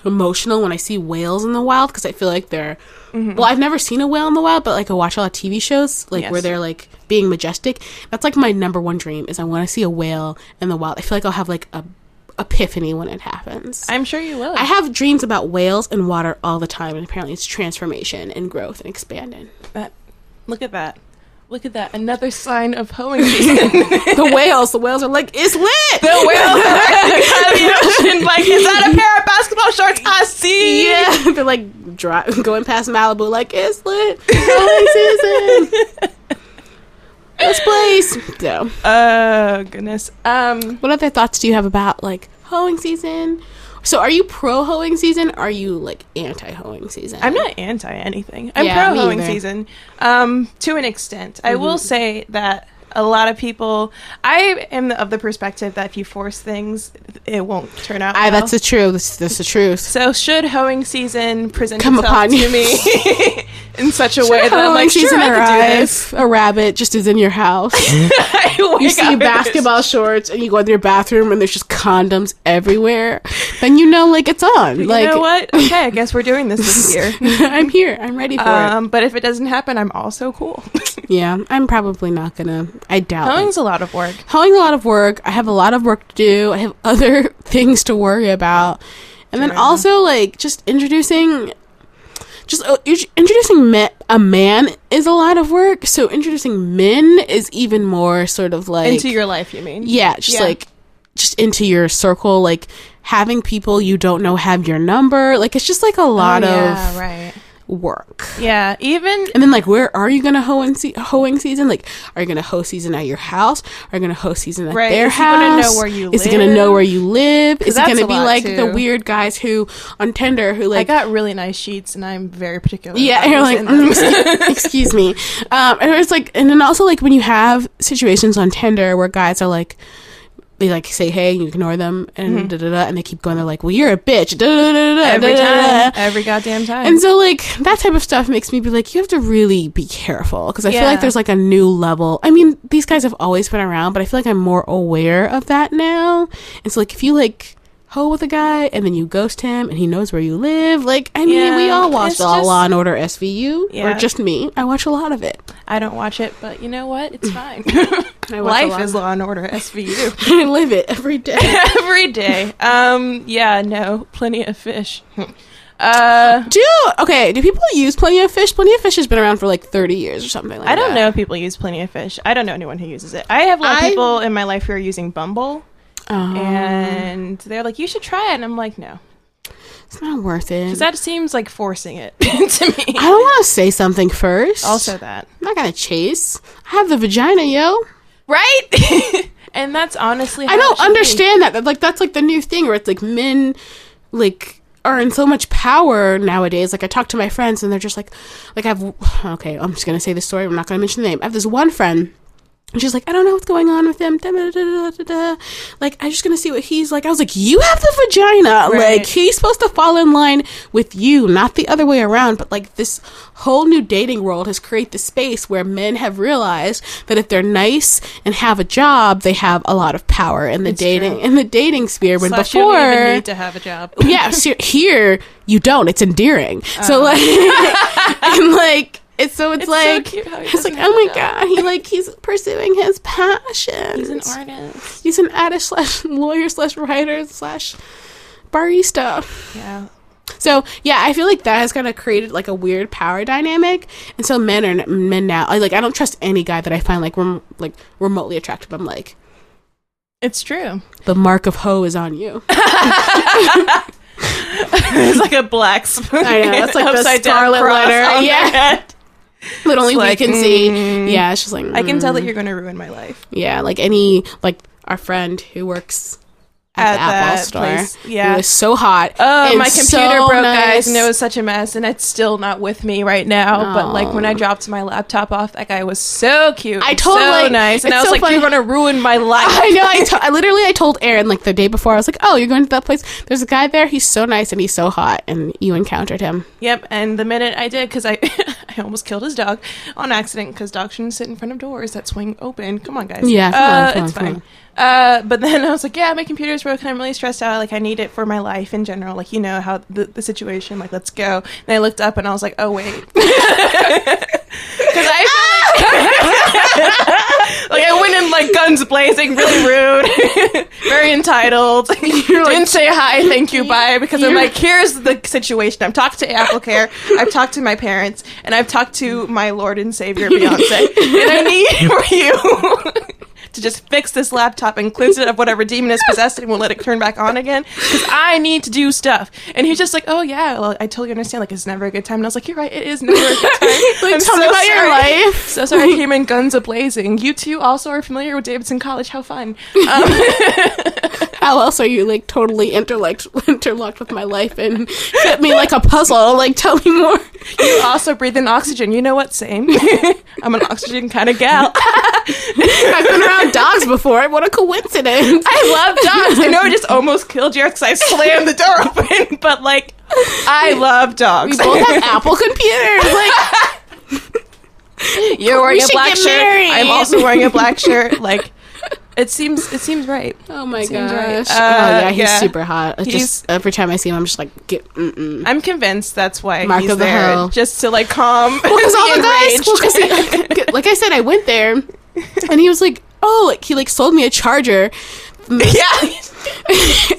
Speaker 2: emotional when I see whales in the wild because I feel like they're.
Speaker 1: Mm-hmm.
Speaker 2: Well, I've never seen a whale in the wild, but like I watch a lot of TV shows like where
Speaker 1: Yes.
Speaker 2: they're like being majestic. That's like my number one dream is I want to see a whale in the wild. I feel like I'll have like a epiphany when it happens.
Speaker 1: I'm sure you will.
Speaker 2: I have dreams about whales and water all the time, and apparently it's transformation and growth and expanding.
Speaker 1: that. Look at that. Look at that. Another sign of hoeing season.
Speaker 2: the whales, the whales are like, it's lit.
Speaker 1: the whales are at the side of the ocean, like, is that a pair of basketball shorts I see?
Speaker 2: Yeah, they're like dri going past Malibu, like it's lit. Holiday season. this place. So,
Speaker 1: Oh goodness. Um,
Speaker 2: what other thoughts do you have about like hoeing season? So, are you pro hoeing season? Or are you like anti hoeing season?
Speaker 1: I'm not anti anything. I'm
Speaker 2: Yeah, me
Speaker 1: pro hoeing
Speaker 2: either. Mm-hmm.
Speaker 1: season, um, to an extent. I will say that a lot of people. I am of the perspective that if you force things, it won't turn out.
Speaker 2: I,
Speaker 1: well.
Speaker 2: that's the truth. That's, that's the truth.
Speaker 1: so should hoeing season present
Speaker 2: Come
Speaker 1: itself
Speaker 2: upon
Speaker 1: to
Speaker 2: you.
Speaker 1: me in such a way that I'm like, sure, I could do this.
Speaker 2: arrives, A rabbit just is in your house.
Speaker 1: I
Speaker 2: You
Speaker 1: wake up
Speaker 2: see
Speaker 1: and there's-
Speaker 2: basketball shorts, and you go into your bathroom, and there's just condoms everywhere. Then you know, like it's on. like
Speaker 1: you know what? Okay, I guess we're doing this this year.
Speaker 2: I'm here. I'm ready for it.
Speaker 1: Um, but if it doesn't happen, I'm also cool.
Speaker 2: Yeah, I'm probably not gonna. I doubt. Howing's,
Speaker 1: Hoeing's a lot of work.
Speaker 2: Howing's a lot of work. I have a lot of work to do. I have other things to worry about, and then
Speaker 1: Fair enough.
Speaker 2: also like just introducing, just uh, int- introducing me- a man is a lot of work. So introducing men is even more sort of like
Speaker 1: Into your life, you mean?
Speaker 2: yeah, just
Speaker 1: Yeah.
Speaker 2: like just into your circle, like having people you don't know have your number. Like it's just like a lot of
Speaker 1: Oh, right.
Speaker 2: work.
Speaker 1: Yeah, even
Speaker 2: And then like, where are you gonna hoeing, se- hoeing season? Like, are you gonna hoe season at your house? Are you gonna hoe season at
Speaker 1: Right,
Speaker 2: their
Speaker 1: is he
Speaker 2: house?
Speaker 1: gonna know where you
Speaker 2: Is he gonna know
Speaker 1: live?
Speaker 2: where you live? Is he
Speaker 1: that's
Speaker 2: gonna
Speaker 1: a
Speaker 2: be
Speaker 1: lot,
Speaker 2: like the
Speaker 1: too.
Speaker 2: weird guys who on Tinder who
Speaker 1: I
Speaker 2: like.
Speaker 1: got really nice sheets, and I'm very particular.
Speaker 2: yeah,
Speaker 1: about
Speaker 2: and you're
Speaker 1: who's
Speaker 2: like,
Speaker 1: in them.
Speaker 2: "Mm, excuse me. Um, and it's like, and then also like when you have situations on Tinder where guys are like, they like say hey, you ignore them, and da da da, and they keep going. They're like, well, you're a bitch. Da da da da.
Speaker 1: Mm-hmm. every
Speaker 2: da, da, da.
Speaker 1: time, every goddamn time.
Speaker 2: And so, like, that type of stuff makes me be like, you have to really be careful. Because I feel
Speaker 1: Yeah.
Speaker 2: like there's like a new level. I mean, these guys have always been around, but I feel like I'm more aware of that now. And so, like, if you like hoe with a guy and then you ghost him and he knows where you live, like, I mean, we
Speaker 1: Yeah,
Speaker 2: all watched
Speaker 1: it's
Speaker 2: all
Speaker 1: just-
Speaker 2: Law and Order SVU,
Speaker 1: Yeah.
Speaker 2: or just me. I watch a lot of it.
Speaker 1: I don't watch it, but you know what? It's fine.
Speaker 2: I watch a
Speaker 1: life
Speaker 2: lot.
Speaker 1: is Law and Order SVU
Speaker 2: I live it every day.
Speaker 1: every day. Um, yeah, no, plenty of fish. Uh,
Speaker 2: Do okay? Do people use Plenty of Fish? Plenty of Fish has been around for like thirty years or something. Like
Speaker 1: I don't
Speaker 2: that.
Speaker 1: know if people use plenty of fish. I don't know anyone who uses it. I have a lot of
Speaker 2: I-
Speaker 1: people in my life who are using Bumble,
Speaker 2: Um,
Speaker 1: and they're like, "You should try it," and I'm like, "No."
Speaker 2: it's not worth it.
Speaker 1: Because that seems like forcing it to me.
Speaker 2: I don't want to say something first.
Speaker 1: Also, that.
Speaker 2: I'm not gonna chase. I have the vagina, yo.
Speaker 1: Right? and that's honestly. How
Speaker 2: I
Speaker 1: it
Speaker 2: don't
Speaker 1: should be.
Speaker 2: understand that. That like that's like the new thing where it's like men like are in so much power nowadays. Like I talk to my friends and they're just like like I've okay, I'm just gonna say this story, I'm not gonna mention the name. I have this one friend and she's like, I don't know what's going on with him. da, da, da, da, da, da. Like, I'm just gonna see what he's like. I was like, you have the vagina.
Speaker 1: Right.
Speaker 2: Like, he's supposed to fall in line with you, not the other way around. But like, this whole new dating world has created this space where men have realized that if they're nice and have a job, they have a lot of power in the dating in the dating sphere. When
Speaker 1: Slash,
Speaker 2: before,
Speaker 1: you don't even need to have a job.
Speaker 2: yeah, ser- here you don't. It's endearing. So like, and like, it's so it's,
Speaker 1: Oh. It's so
Speaker 2: like,
Speaker 1: cute how he
Speaker 2: it's like,
Speaker 1: doesn't
Speaker 2: oh my
Speaker 1: have a
Speaker 2: god, he like he's pursuing his passion.
Speaker 1: He's an artist.
Speaker 2: He's an artist slash lawyer slash writer slash barista.
Speaker 1: Yeah.
Speaker 2: So yeah, I feel like that has kind of created like a weird power dynamic, and so men are n- men now. I, like I don't trust any guy that I find like rem- like remotely attractive. I'm like
Speaker 1: It's true.
Speaker 2: the mark of hoe is on you.
Speaker 1: It's like a black spoon.
Speaker 2: I know, it's like the scarlet letter. Yeah. but only
Speaker 1: like,
Speaker 2: we
Speaker 1: mm.
Speaker 2: can see. Yeah, it's just like
Speaker 1: I can tell that
Speaker 2: mm.
Speaker 1: you're going to ruin my life.
Speaker 2: Yeah, like any like our friend who works
Speaker 1: At
Speaker 2: at, the Apple
Speaker 1: that
Speaker 2: store.
Speaker 1: place,
Speaker 2: who
Speaker 1: yeah.
Speaker 2: is so hot.
Speaker 1: Oh,
Speaker 2: and
Speaker 1: my computer
Speaker 2: so
Speaker 1: broke,
Speaker 2: nice.
Speaker 1: guys, and it was such a mess, and it's still not with me right now. But like when I dropped my laptop off, that guy was so cute.
Speaker 2: I
Speaker 1: and
Speaker 2: told,
Speaker 1: so
Speaker 2: like-
Speaker 1: nice, and
Speaker 2: it's
Speaker 1: I was
Speaker 2: so
Speaker 1: like,
Speaker 2: funny.
Speaker 1: "You're gonna ruin my life."
Speaker 2: I know. I, to- I literally I told Aaron like the day before. I was like, "Oh, you're going to that place. There's a guy there. He's so nice and he's so hot." And you encountered him.
Speaker 1: Yep, and the minute I did, because I, I almost killed his dog on accident, because dogs shouldn't sit in front of doors that swing open. Come on, guys.
Speaker 2: Yeah, come on,
Speaker 1: uh,
Speaker 2: come
Speaker 1: it's
Speaker 2: on, come
Speaker 1: fine. Uh, but then I was like, yeah, my computer's broken. I'm really stressed out. Like, I need it for my life in general. Like, you know how the, the situation. Like, let's go. And I looked up, and I was like, oh wait, because I feel like, like I went in like guns blazing, really rude, very entitled.
Speaker 2: You're like,
Speaker 1: Didn't say hi, thank you, bye, because I'm
Speaker 2: You're-
Speaker 1: like, here's the situation. I've talked to AppleCare, I've talked to my parents, and I've talked to my Lord and Savior Beyonce, and I need for you to just fix this laptop and cleanse it of whatever demon has possessed it and won't let it turn back on again, because I need to do stuff. And he's just like, oh yeah, well, I totally understand. Like it's never a good time, and I was like, you're right, it is never a good time.
Speaker 2: Like,
Speaker 1: I'm
Speaker 2: tell me
Speaker 1: so
Speaker 2: about your
Speaker 1: sorry.
Speaker 2: life.
Speaker 1: So sorry, I came in guns a blazing. You two also are familiar with Davidson College. How fun.
Speaker 2: How else are you like totally interlocked interlocked with my life and fit me like a puzzle? Like, tell me more.
Speaker 1: You also breathe in oxygen. You know what? Same. I'm an oxygen kind of gal.
Speaker 2: I've been around dogs before. What a coincidence.
Speaker 1: I love dogs. I know I just almost killed you because I slammed the door open, but like, I love dogs.
Speaker 2: We both have Apple computers. Like,
Speaker 1: You're wearing
Speaker 2: should get married.
Speaker 1: I'm also wearing a black shirt. Like, it seems it seems right.
Speaker 2: oh my gosh.
Speaker 1: Seems right.
Speaker 2: oh
Speaker 1: Uh,
Speaker 2: yeah, he's
Speaker 1: yeah.
Speaker 2: super hot. I
Speaker 1: He's-
Speaker 2: just every time I see him, I'm just like, get mm-mm.
Speaker 1: I'm convinced that's why
Speaker 2: Mark
Speaker 1: he's
Speaker 2: of the
Speaker 1: there,
Speaker 2: hoe.
Speaker 1: just to like calm.
Speaker 2: because all the guys,
Speaker 1: enraged.
Speaker 2: well, 'cause he- like I said, I went there, and he was like, "Oh, like he like sold me a charger,"
Speaker 1: yeah.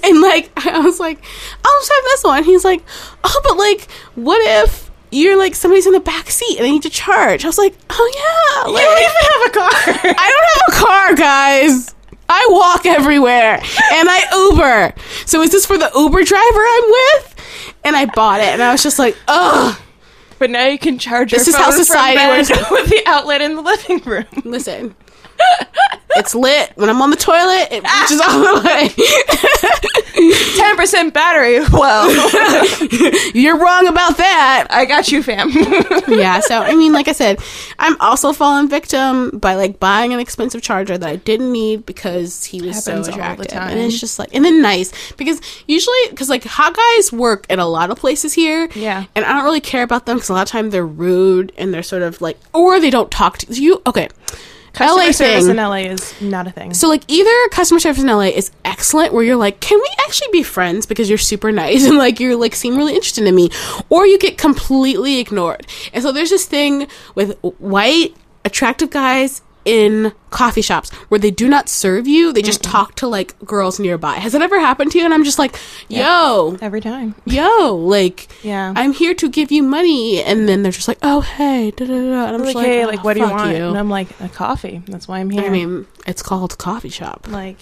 Speaker 2: and like I was like, "I'll just have this one." He's like, "Oh, but like, what if you're like somebody's in the back seat and I need to charge?" I was like, "Oh yeah,
Speaker 1: You
Speaker 2: like,
Speaker 1: don't even have a car.
Speaker 2: I don't have a car, guys." I walk everywhere and I Uber. So is this for the Uber driver I'm with? And I bought it and I was just like, oh, ugh.
Speaker 1: But now you can charge
Speaker 2: This is
Speaker 1: your
Speaker 2: how
Speaker 1: phone from
Speaker 2: society
Speaker 1: bed
Speaker 2: works.
Speaker 1: with the outlet in the living room.
Speaker 2: Listen, it's lit. When I'm on the toilet, it reaches all the way.
Speaker 1: Ten percent battery. Well,
Speaker 2: You're wrong about that.
Speaker 1: I got you, fam.
Speaker 2: Yeah, so I mean, like I said, I'm also fallen victim by like buying an expensive charger that I didn't need because he was so
Speaker 1: Happens all the
Speaker 2: attractive,
Speaker 1: time.
Speaker 2: and it's just like, and then nice because usually because like hot guys work at a lot of places here,
Speaker 1: Yeah.
Speaker 2: and I don't really care about them because a lot of time they're rude and they're sort of like or they don't talk to you. Okay,
Speaker 1: Customer
Speaker 2: LA
Speaker 1: service
Speaker 2: thing.
Speaker 1: in LA is not a thing.
Speaker 2: So like either customer service in LA is excellent where you're like, "Can we actually be friends because you're super nice and like you're like seem really interested in me?" Or you get completely ignored. And so there's this thing with white attractive guys in coffee shops where they do not serve you, they just talk to like girls nearby. Has that ever happened to you? And I'm just like, "Yo,
Speaker 1: Every time.
Speaker 2: yo, like
Speaker 1: Yeah.
Speaker 2: I'm here to give you money." And then they're just like, "Oh, hey." Da, da, da. da." And I'm
Speaker 1: like,
Speaker 2: just
Speaker 1: hey,
Speaker 2: "Oh,
Speaker 1: like, what do you
Speaker 2: fuck
Speaker 1: want? And I'm like, a coffee. That's why I'm here.
Speaker 2: I mean, it's called coffee shop.
Speaker 1: like,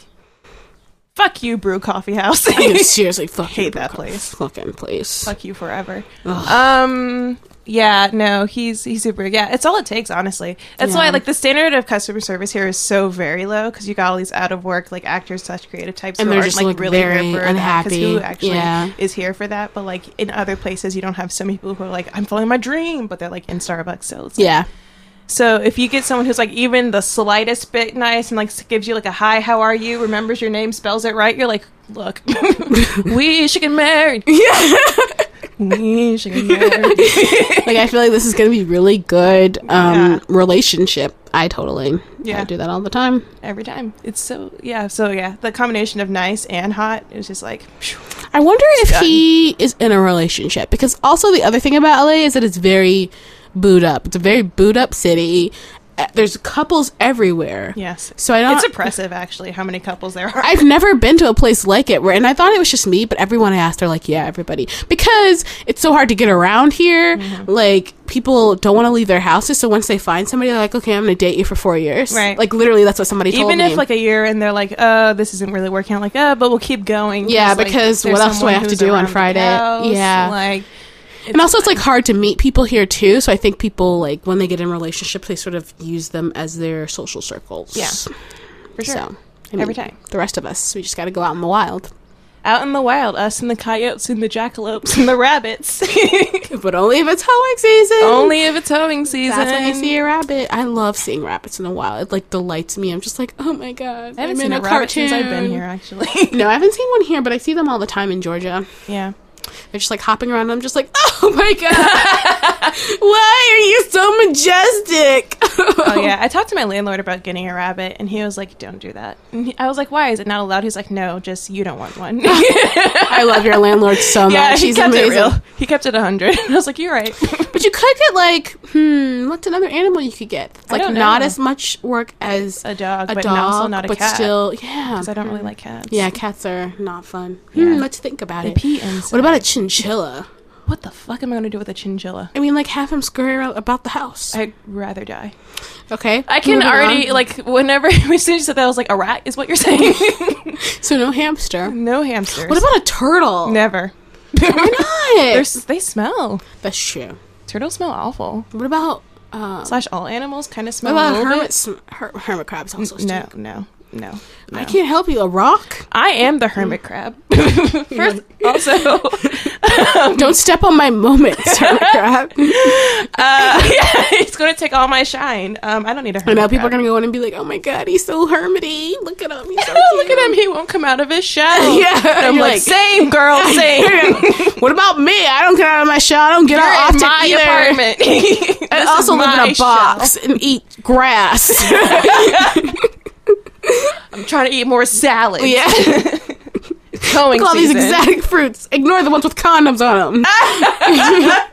Speaker 1: fuck you, brew coffee house.
Speaker 2: I mean, seriously, fucking
Speaker 1: Hate that
Speaker 2: Brookhoff.
Speaker 1: place.
Speaker 2: Fucking place.
Speaker 1: fuck you forever.
Speaker 2: Ugh.
Speaker 1: Um, yeah, no, he's he's super. Yeah, it's all it takes, honestly. That's why
Speaker 2: Yeah.
Speaker 1: like the standard of customer service here is so very low because you got all these out of work like actors, such creative types,
Speaker 2: And
Speaker 1: who
Speaker 2: they're
Speaker 1: aren't,
Speaker 2: just, like, very
Speaker 1: here for that, 'cause
Speaker 2: unhappy.
Speaker 1: Who actually
Speaker 2: Yeah.
Speaker 1: is here for that? But like in other places, you don't have so many people who are like, I'm following my dream, but they're like in Starbucks. So it's
Speaker 2: Yeah.
Speaker 1: So if you get someone who's like even the slightest bit nice and like s- gives you like a hi, how are you, remembers your name, spells it right, you're like, look, we should get married.
Speaker 2: Yeah.
Speaker 1: We should get married.
Speaker 2: like I feel like this is gonna be really good um
Speaker 1: Yeah.
Speaker 2: relationship. I totally.
Speaker 1: Yeah.
Speaker 2: I do that all the time.
Speaker 1: Every time. It's so yeah. So yeah, the combination of nice and hot is just like phew.
Speaker 2: I wonder if
Speaker 1: Done.
Speaker 2: he is in a relationship because also the other thing about LA is that it's very boot up. It's a very boot up city. Eh, there's couples everywhere.
Speaker 1: Yes.
Speaker 2: So I don't.
Speaker 1: It's impressive, actually, how many couples there are.
Speaker 2: I've never been to a place like it where, and I thought it was just me, but everyone I asked, they're like, yeah, everybody. Because it's so hard to get around here.
Speaker 1: Mm-hmm.
Speaker 2: Like, people don't want to leave their houses. So once they find somebody, they're like, okay, I'm going to date you for four years.
Speaker 1: Right.
Speaker 2: Like, literally, that's what somebody told
Speaker 1: Even
Speaker 2: me.
Speaker 1: if like a year and they're like, "Oh, this isn't really working," out," like, "Oh, but we'll keep going."
Speaker 2: Yeah,
Speaker 1: like,
Speaker 2: because
Speaker 1: there's
Speaker 2: what else do I
Speaker 1: someone
Speaker 2: have to
Speaker 1: who's
Speaker 2: do on
Speaker 1: around the
Speaker 2: Friday?
Speaker 1: house,
Speaker 2: Yeah.
Speaker 1: like
Speaker 2: and also, it's like hard to meet people here too. So I think people, like, when they get in relationships, they sort of use them as their social circles.
Speaker 1: Yeah, for sure.
Speaker 2: So, I
Speaker 1: Every time.
Speaker 2: The rest of us, we just got to go out in the wild.
Speaker 1: Out in the wild, us and the coyotes and the jackalopes and the rabbits.
Speaker 2: But only if it's hoeing season.
Speaker 1: Only if it's hoeing season.
Speaker 2: That's when you see a rabbit. I love seeing rabbits in the wild. It like delights me. I'm just like, oh my god.
Speaker 1: I haven't
Speaker 2: I'm
Speaker 1: seen
Speaker 2: in
Speaker 1: a,
Speaker 2: a
Speaker 1: rabbit since I've
Speaker 2: cartoon.
Speaker 1: been here, actually.
Speaker 2: No, I haven't seen one here, but I see them all the time in Georgia.
Speaker 1: yeah.
Speaker 2: They're just like hopping around. And I'm just like, oh my god, why are you so majestic?
Speaker 1: Oh yeah, I talked to my landlord about getting a rabbit, and he was like, "Don't do that." And he, I was like, "Why is it not allowed?" He's like, "No, just you don't want one."
Speaker 2: I love your landlord so much.
Speaker 1: yeah, he
Speaker 2: He's
Speaker 1: kept
Speaker 2: amazing.
Speaker 1: it real. He kept it hundred. I was like, "You're right."
Speaker 2: But you could get like, hmm, what's another animal you could get? It's
Speaker 1: I
Speaker 2: like
Speaker 1: don't
Speaker 2: not
Speaker 1: know.
Speaker 2: as much work as
Speaker 1: A dog,
Speaker 2: a
Speaker 1: but
Speaker 2: dog,
Speaker 1: also not a
Speaker 2: but
Speaker 1: cat.
Speaker 2: still, yeah,
Speaker 1: Because I don't really like cats.
Speaker 2: yeah, cats are not fun.
Speaker 1: Yeah.
Speaker 2: Hmm, let's think about
Speaker 1: They
Speaker 2: it.
Speaker 1: pee inside.
Speaker 2: What about a chinchilla?
Speaker 1: What the fuck am I gonna do with a chinchilla?
Speaker 2: I mean, like have him scurry around about the house.
Speaker 1: I'd rather die.
Speaker 2: okay,
Speaker 1: I can
Speaker 2: moving
Speaker 1: already
Speaker 2: on.
Speaker 1: like whenever as soon as you said that, I was like, "A rat is what you're saying."
Speaker 2: So no hamster.
Speaker 1: no hamsters.
Speaker 2: What about a turtle?
Speaker 1: never?
Speaker 2: Why
Speaker 1: They're
Speaker 2: not?
Speaker 1: s- they smell.
Speaker 2: That's true.
Speaker 1: Turtles smell awful.
Speaker 2: What about um,
Speaker 1: Slash all animals kind of
Speaker 2: what
Speaker 1: smell.
Speaker 2: about
Speaker 1: a little
Speaker 2: hermit sm- her- hermit crabs? Also,
Speaker 1: bit. No,
Speaker 2: stink.
Speaker 1: no, no, no.
Speaker 2: I can't help you. A rock?
Speaker 1: I am the hermit crab. First, also, Um,
Speaker 2: Don't step on my moments, hermit crab.
Speaker 1: uh, yeah, it's going to take all my shine. Um, I don't need a
Speaker 2: I
Speaker 1: hermit
Speaker 2: know people are
Speaker 1: crab.
Speaker 2: gonna go in and be like, "Oh my god, he's so hermity. Look at him. He's so
Speaker 1: Oh, look at him. He won't come out of his shell.
Speaker 2: Yeah,
Speaker 1: And I'm
Speaker 2: you're
Speaker 1: like,
Speaker 2: like-
Speaker 1: same, girl, same.
Speaker 2: cute." what about me? I don't get out of my shell. I don't get
Speaker 1: You're
Speaker 2: out
Speaker 1: in
Speaker 2: often
Speaker 1: my
Speaker 2: either.
Speaker 1: apartment.
Speaker 2: I
Speaker 1: This
Speaker 2: also
Speaker 1: is
Speaker 2: live in
Speaker 1: my
Speaker 2: a box and eat grass.
Speaker 1: shell. I'm trying to eat more salad.
Speaker 2: yeah.
Speaker 1: Going
Speaker 2: Look at all these exotic fruits. Ignore the ones with condoms on them.
Speaker 1: Ah,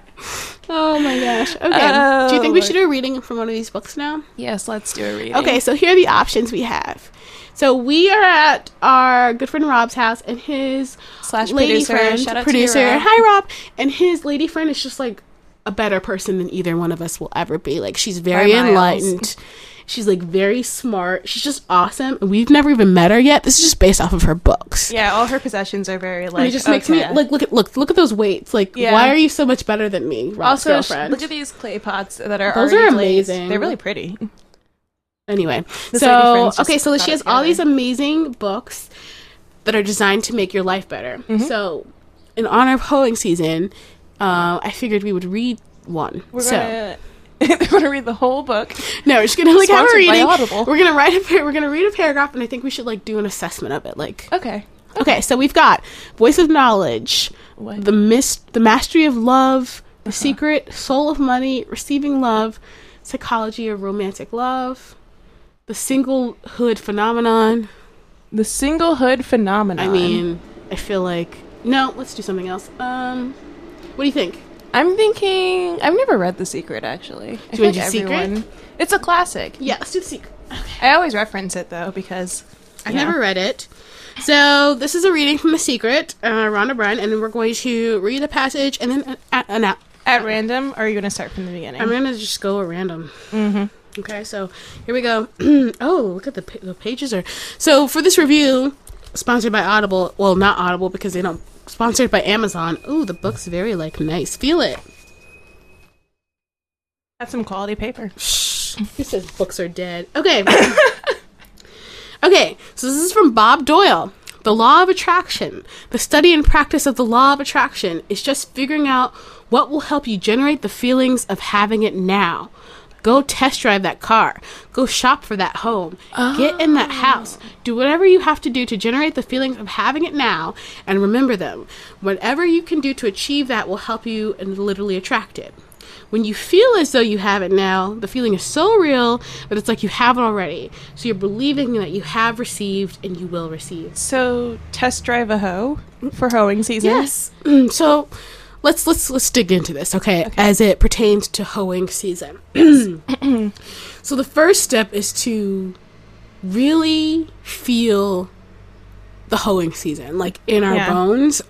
Speaker 2: oh my gosh. Okay. do you think we
Speaker 1: Oh.
Speaker 2: should do a reading from one of these books now?
Speaker 1: Yes, let's do a reading.
Speaker 2: Okay, so here are the options we have. So we are at our good friend Rob's house, and his
Speaker 1: Slash
Speaker 2: lady
Speaker 1: producer.
Speaker 2: friend,
Speaker 1: Shout out to you,
Speaker 2: producer,
Speaker 1: Rob.
Speaker 2: hi Rob, and his lady friend is just like a better person than either one of us will ever be. Like she's very
Speaker 1: miles.
Speaker 2: enlightened. She's like very smart. She's just awesome. and We've never even met her yet. This is just based off of her books.
Speaker 1: Yeah, all her possessions are very like.
Speaker 2: And it just makes me
Speaker 1: okay.
Speaker 2: like look at look look at those weights. Like
Speaker 1: Yeah.
Speaker 2: why are you so much better than me, Rob's
Speaker 1: Also, sh-
Speaker 2: girlfriend?
Speaker 1: look at these clay pots that are
Speaker 2: Those
Speaker 1: already
Speaker 2: are
Speaker 1: glazed.
Speaker 2: amazing.
Speaker 1: They're really pretty.
Speaker 2: Anyway,
Speaker 1: This lady
Speaker 2: so
Speaker 1: friend's just
Speaker 2: okay, so
Speaker 1: got
Speaker 2: she
Speaker 1: it
Speaker 2: has all
Speaker 1: together.
Speaker 2: these amazing books that are designed to make your life better.
Speaker 1: Mm-hmm.
Speaker 2: So, in honor of hoeing season, uh, I figured we would read one.
Speaker 1: We're
Speaker 2: so
Speaker 1: gonna we're gonna read the whole book.
Speaker 2: no, we're just gonna like have a
Speaker 1: Sponsored by
Speaker 2: reading.
Speaker 1: Audible.
Speaker 2: We're gonna write a par- we're gonna read a paragraph, and I think we should like do an assessment of it. Like
Speaker 1: Okay.
Speaker 2: okay, so we've got voice of knowledge,
Speaker 1: What?
Speaker 2: the mist, the mastery of love, the secret, soul of money, receiving love, psychology of romantic love. The singlehood phenomenon,
Speaker 1: The singlehood phenomenon.
Speaker 2: I mean, I feel like no. Let's do something else. Um, what do you think?
Speaker 1: I'm thinking I've never read The Secret actually. I
Speaker 2: Do you
Speaker 1: feel
Speaker 2: wanna do Secret?
Speaker 1: It's a classic.
Speaker 2: Yeah, let's do the secret.
Speaker 1: I always reference it though because
Speaker 2: I've
Speaker 1: Yeah.
Speaker 2: never read it, so this is a reading from the secret, uh, Rhonda Bryan, and we're going to read a passage and then an, an, an
Speaker 1: at random are you gonna start from the beginning?
Speaker 2: I'm gonna just go at random. Mm-hmm. Okay, so here we go. oh, look at the pa- the pages are. So for this review, sponsored by Audible. Well, not Audible because they don't. Sponsored by Amazon. Ooh, the book's very like nice. Feel it.
Speaker 1: That's some quality paper.
Speaker 2: He says books are dead. Okay. okay, so this is from Bob Doyle. The Law of Attraction. The study and practice of the Law of Attraction is just figuring out what will help you generate the feelings of having it now. Go test drive that car. Go shop for that home. Get in that house. Do whatever you have to do to generate the feelings of having it now and remember them. Whatever you can do to achieve that will help you and literally attract it. When you feel as though you have it now, the feeling is so real that it's like you have it already. So you're believing that you have received and you will receive.
Speaker 1: So test drive a hoe for hoeing season.
Speaker 2: Mm, So let's let's let's dig into this, okay? As it pertains to hoeing season. So the first step is to really feel the hoeing season, like in our
Speaker 1: Yeah.
Speaker 2: bones.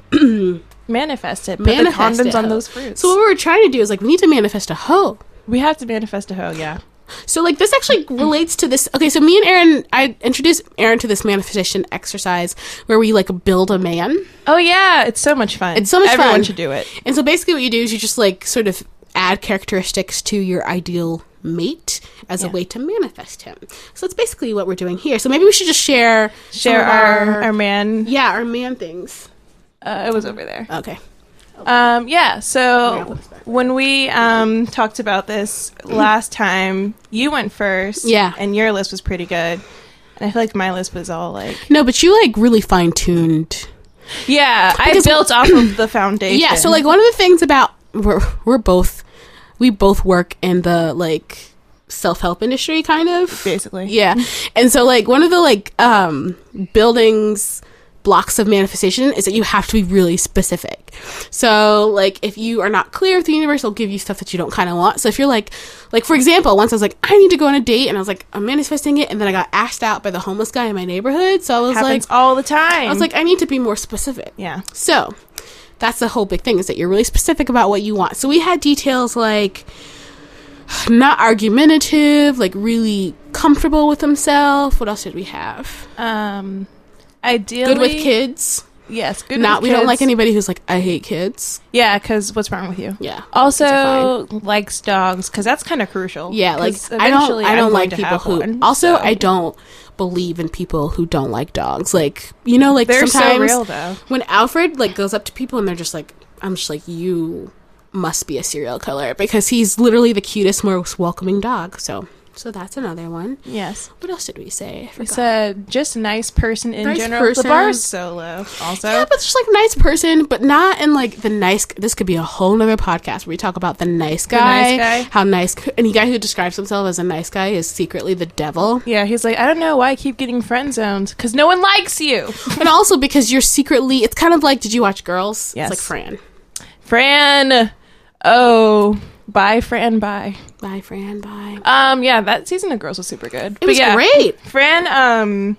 Speaker 1: Manifest it. Put
Speaker 2: Manifest
Speaker 1: the condoms
Speaker 2: it.
Speaker 1: on those fruits.
Speaker 2: So what we're trying to do is like we need to manifest a hoe.
Speaker 1: we have to manifest a hoe, yeah.
Speaker 2: So like this actually
Speaker 1: Mm-hmm.
Speaker 2: relates to this. Okay, so me and Aaron, I introduced Aaron to this manifestation exercise where we like build a man.
Speaker 1: Oh yeah, it's so much fun.
Speaker 2: It's so much
Speaker 1: Everyone
Speaker 2: fun.
Speaker 1: should do it.
Speaker 2: And so basically, what you do is you just like sort of add characteristics to your ideal mate as a
Speaker 1: Yeah.
Speaker 2: way to manifest him. So that's basically what we're doing here. So maybe we should just share some
Speaker 1: Share
Speaker 2: of
Speaker 1: our our man.
Speaker 2: yeah our man things.
Speaker 1: Uh, it was over there.
Speaker 2: Okay.
Speaker 1: Um, yeah,
Speaker 2: Yeah,
Speaker 1: so
Speaker 2: what's that?
Speaker 1: when we um, talked about this last time, you went first.
Speaker 2: Yeah.
Speaker 1: And your list was pretty good. And I feel like my list was all like.
Speaker 2: No, but you like really fine tuned.
Speaker 1: Yeah, I
Speaker 2: Because-
Speaker 1: built off of the foundation.
Speaker 2: Yeah. So like one of the things about we're we're both we both work in the like self help industry kind of
Speaker 1: Basically.
Speaker 2: Yeah. And so like one of the like um buildings blocks of manifestation is that you have to be really specific. So like if you are not clear with the universe, it'll give you stuff that you don't kind of want. So if you're like like for example, once I was like I need to go on a date and I was like I'm manifesting it and then I got asked out by the homeless guy in my neighborhood. So I was
Speaker 1: happens
Speaker 2: like
Speaker 1: all the time.
Speaker 2: I was like I need to be more specific.
Speaker 1: yeah.
Speaker 2: So that's the whole big thing is that you're really specific about what you want. So we had details like not argumentative, like really comfortable with himself. What else did we have?
Speaker 1: Um, ideally,
Speaker 2: Good with kids.
Speaker 1: Yes, good.
Speaker 2: not
Speaker 1: with
Speaker 2: we
Speaker 1: kids.
Speaker 2: don't like anybody who's like I hate kids.
Speaker 1: Yeah, because what's wrong with you?
Speaker 2: Yeah.
Speaker 1: Also likes dogs because that's kind of crucial.
Speaker 2: Yeah, like
Speaker 1: 'Cause
Speaker 2: I don't
Speaker 1: eventually
Speaker 2: I
Speaker 1: I'm
Speaker 2: don't
Speaker 1: going
Speaker 2: like
Speaker 1: to
Speaker 2: people
Speaker 1: have
Speaker 2: who
Speaker 1: one,
Speaker 2: also
Speaker 1: so.
Speaker 2: I don't believe in people who don't like dogs. Like you know, like
Speaker 1: They're so
Speaker 2: sometimes
Speaker 1: real though.
Speaker 2: when Alfred like goes up to people and they're just like, I'm just like, you must be a serial killer because he's literally the cutest, most welcoming dog. So, so that's another one.
Speaker 1: Yes,
Speaker 2: What else did we say? I
Speaker 1: we
Speaker 2: forgot.
Speaker 1: said just nice person in
Speaker 2: Nice
Speaker 1: general. The
Speaker 2: person.
Speaker 1: bar is so low. Also,
Speaker 2: yeah, but just like nice person, but not in like the nice. This could be a whole nother podcast where we talk about the nice guy,
Speaker 1: nice guy.
Speaker 2: how nice any guy who describes himself as a nice guy is secretly the devil,
Speaker 1: yeah, he's like, I don't know why I keep getting friend zoned because no one likes you,
Speaker 2: and also because you're secretly. It's kind of like, did you watch Girls?
Speaker 1: Yes.
Speaker 2: It's like Fran.
Speaker 1: Fran. Oh, bye, Fran. Bye.
Speaker 2: Bye, Fran. Bye.
Speaker 1: Um, yeah, that season of Girls was super good.
Speaker 2: It was
Speaker 1: yeah,
Speaker 2: great.
Speaker 1: Fran, um,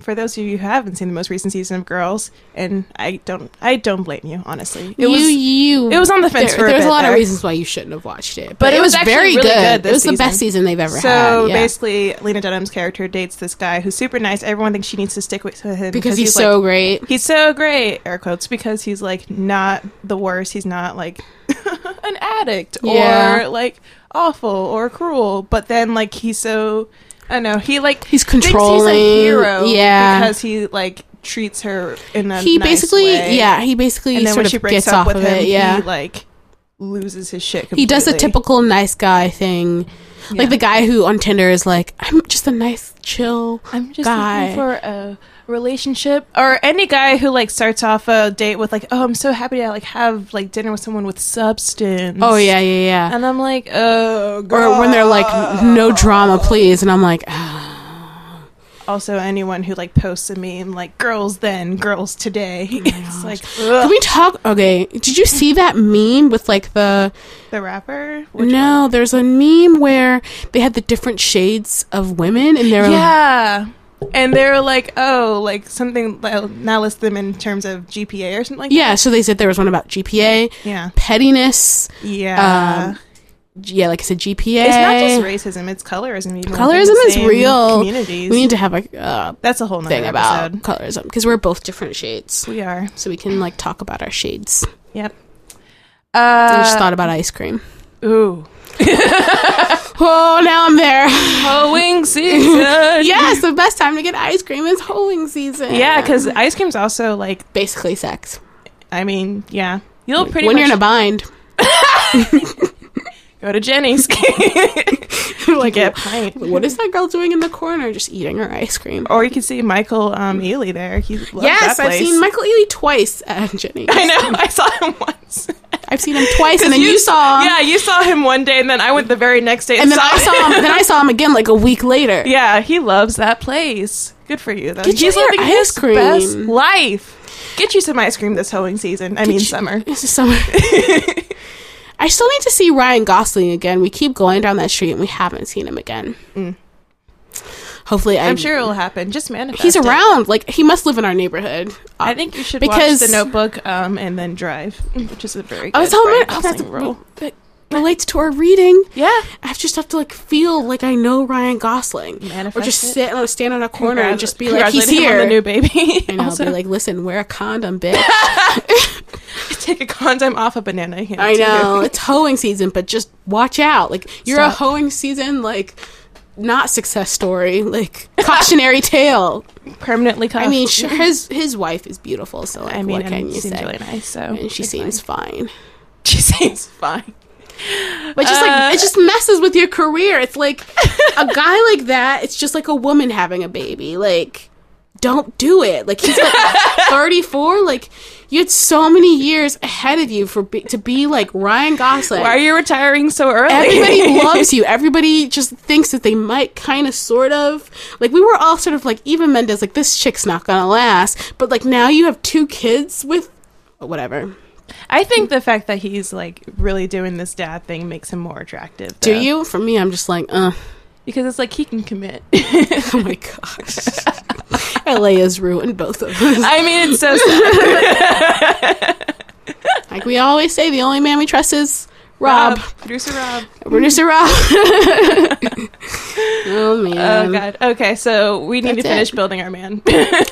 Speaker 1: for those of you who haven't seen the most recent season of Girls, and I don't, I don't blame you, honestly. It
Speaker 2: you,
Speaker 1: was,
Speaker 2: you.
Speaker 1: it was on the fence
Speaker 2: There,
Speaker 1: for a
Speaker 2: there's a,
Speaker 1: bit
Speaker 2: lot of
Speaker 1: there.
Speaker 2: reasons why you shouldn't have watched it, but,
Speaker 1: it
Speaker 2: it
Speaker 1: was
Speaker 2: was,
Speaker 1: actually
Speaker 2: very
Speaker 1: really good
Speaker 2: good.
Speaker 1: this
Speaker 2: it was the best
Speaker 1: season.
Speaker 2: season they've ever
Speaker 1: so
Speaker 2: had. yeah.
Speaker 1: basically, Lena Dunham's character dates this guy who's super nice. Everyone thinks she needs to stick with him
Speaker 2: because he's, so
Speaker 1: like,
Speaker 2: great.
Speaker 1: he's so great, air quotes, because he's like not the worst. He's not like an addict
Speaker 2: Yeah.
Speaker 1: or like awful or cruel. But then like he's so, I don't know, he like
Speaker 2: He's
Speaker 1: thinks
Speaker 2: controlling.
Speaker 1: he's a hero
Speaker 2: yeah.
Speaker 1: because he like treats her in a
Speaker 2: he
Speaker 1: nice
Speaker 2: basically,
Speaker 1: way.
Speaker 2: yeah, he basically
Speaker 1: and then
Speaker 2: sort
Speaker 1: when
Speaker 2: of
Speaker 1: she
Speaker 2: gets
Speaker 1: breaks
Speaker 2: off
Speaker 1: up with
Speaker 2: of
Speaker 1: him
Speaker 2: it. Yeah,
Speaker 1: he like loses his shit completely.
Speaker 2: he does the typical nice guy thing,
Speaker 1: Yeah.
Speaker 2: like the guy who on Tinder is like, "I'm just a nice, chill."
Speaker 1: I'm just
Speaker 2: guy.
Speaker 1: looking for a relationship or any guy who like starts off a date with like oh I'm so happy to like have like dinner with someone with substance
Speaker 2: Oh yeah, yeah, yeah.
Speaker 1: and I'm like oh
Speaker 2: Or when they're like,
Speaker 1: God.
Speaker 2: "No drama, please," and I'm like, ah.
Speaker 1: also anyone who like posts a meme like girls then girls today it's like ugh.
Speaker 2: Oh "Can we talk?" Okay, did you see that meme with like the
Speaker 1: the rapper
Speaker 2: no, there's a meme where they had the different shades of women, and they're
Speaker 1: Yeah. And they were like, oh, like something, well, now list them in terms of GPA or something like
Speaker 2: yeah. So they said there was one about GPA,
Speaker 1: that. Yeah.
Speaker 2: pettiness.
Speaker 1: Yeah.
Speaker 2: Um, Yeah, like I said, GPA.
Speaker 1: it's not just racism, it's colorism. Even
Speaker 2: Colorism is real.
Speaker 1: Communities.
Speaker 2: We need to have a uh,
Speaker 1: That's a whole nother
Speaker 2: thing about
Speaker 1: episode.
Speaker 2: colorism because we're both different shades,
Speaker 1: We are.
Speaker 2: so we can like talk about our shades.
Speaker 1: Yep.
Speaker 2: I just
Speaker 1: Uh,
Speaker 2: thought about ice cream.
Speaker 1: ooh.
Speaker 2: Oh, now I'm there.
Speaker 1: Hoeing season.
Speaker 2: yes, the best time to get ice cream is hoeing season.
Speaker 1: Yeah, because ice cream's also like,
Speaker 2: basically sex.
Speaker 1: I mean, yeah. You'll pretty
Speaker 2: when
Speaker 1: much
Speaker 2: you're in a bind,
Speaker 1: go to Jenny's.
Speaker 2: like
Speaker 1: Get a pint.
Speaker 2: What is that girl doing in the corner, just eating her ice cream?
Speaker 1: Or you can see Michael um, Ealy there. He loves that
Speaker 2: Yes, I've
Speaker 1: place.
Speaker 2: seen Michael Ealy twice at Jenny.
Speaker 1: I know. I saw him once.
Speaker 2: I've seen him twice, and then
Speaker 1: you
Speaker 2: you, saw him,
Speaker 1: Yeah, you saw him one day, and then I went the very next day.
Speaker 2: and then
Speaker 1: saw
Speaker 2: I saw him, then I saw him again like a week later.
Speaker 1: Yeah, he loves that place. Good for you, though.
Speaker 2: Get you
Speaker 1: He's
Speaker 2: your
Speaker 1: living
Speaker 2: ice
Speaker 1: his
Speaker 2: cream.
Speaker 1: best life. Get you some ice cream this hoeing season. I mean, summer.
Speaker 2: This is summer. I still need to see Ryan Gosling again. We keep going down that street and we haven't seen him again. Hopefully, I,
Speaker 1: Mm. I'm sure it'll happen. Just manifest.
Speaker 2: he's
Speaker 1: it.
Speaker 2: around. Like he must live in our neighborhood. Uh,
Speaker 1: I think you should
Speaker 2: Because-
Speaker 1: watch The Notebook um, and then Drive, which is a very good
Speaker 2: I was hoping.
Speaker 1: Ryan
Speaker 2: Oh, that's
Speaker 1: Gosling role.
Speaker 2: that relates to our reading.
Speaker 1: Yeah.
Speaker 2: I just have to like feel like I know Ryan Gosling, or
Speaker 1: Manifest
Speaker 2: just
Speaker 1: it.
Speaker 2: sit or stand on a corner and
Speaker 1: Congratu-
Speaker 2: just be like, "He's
Speaker 1: congratulate him on
Speaker 2: here."
Speaker 1: the new baby.
Speaker 2: and I'll
Speaker 1: also,
Speaker 2: be like, "Listen, wear a condom, bitch."
Speaker 1: take a condom off a banana. Here
Speaker 2: I know it's hoeing season, but just watch out. Like you're a
Speaker 1: Stop.
Speaker 2: hoeing season, like not success story, like cautionary tale.
Speaker 1: Permanently cuffed.
Speaker 2: I mean, sure, his his wife is beautiful, so like,
Speaker 1: I mean,
Speaker 2: what can
Speaker 1: and
Speaker 2: you
Speaker 1: seems
Speaker 2: say?
Speaker 1: really nice. So
Speaker 2: and she
Speaker 1: it's
Speaker 2: seems
Speaker 1: fine.
Speaker 2: fine.
Speaker 1: she seems fine.
Speaker 2: But just
Speaker 1: Uh,
Speaker 2: like it just messes with your career. It's like a guy like that. It's just like a woman having a baby. Like don't do it. Like he's like 34. Like you had so many years ahead of you for be- to be like Ryan Gosling.
Speaker 1: Why are you retiring so early?
Speaker 2: Everybody loves you. Everybody just thinks that they might kind of sort of like we were all sort of like even Mendez like this chick's not gonna last. But like now you have two kids with whatever.
Speaker 1: I think the fact that he's like really doing this dad thing makes him more attractive.
Speaker 2: Do
Speaker 1: though.
Speaker 2: you? For me, I'm just like, uh,
Speaker 1: Because it's like he can commit.
Speaker 2: oh my gosh. LA has ruined both of us.
Speaker 1: I mean, it's so sad.
Speaker 2: Like we always say, the only man we trust is Rob.
Speaker 1: producer Rob.
Speaker 2: Producer Rob. oh man.
Speaker 1: Oh God. Okay, so we need to
Speaker 2: That's
Speaker 1: finish
Speaker 2: it.
Speaker 1: building our man.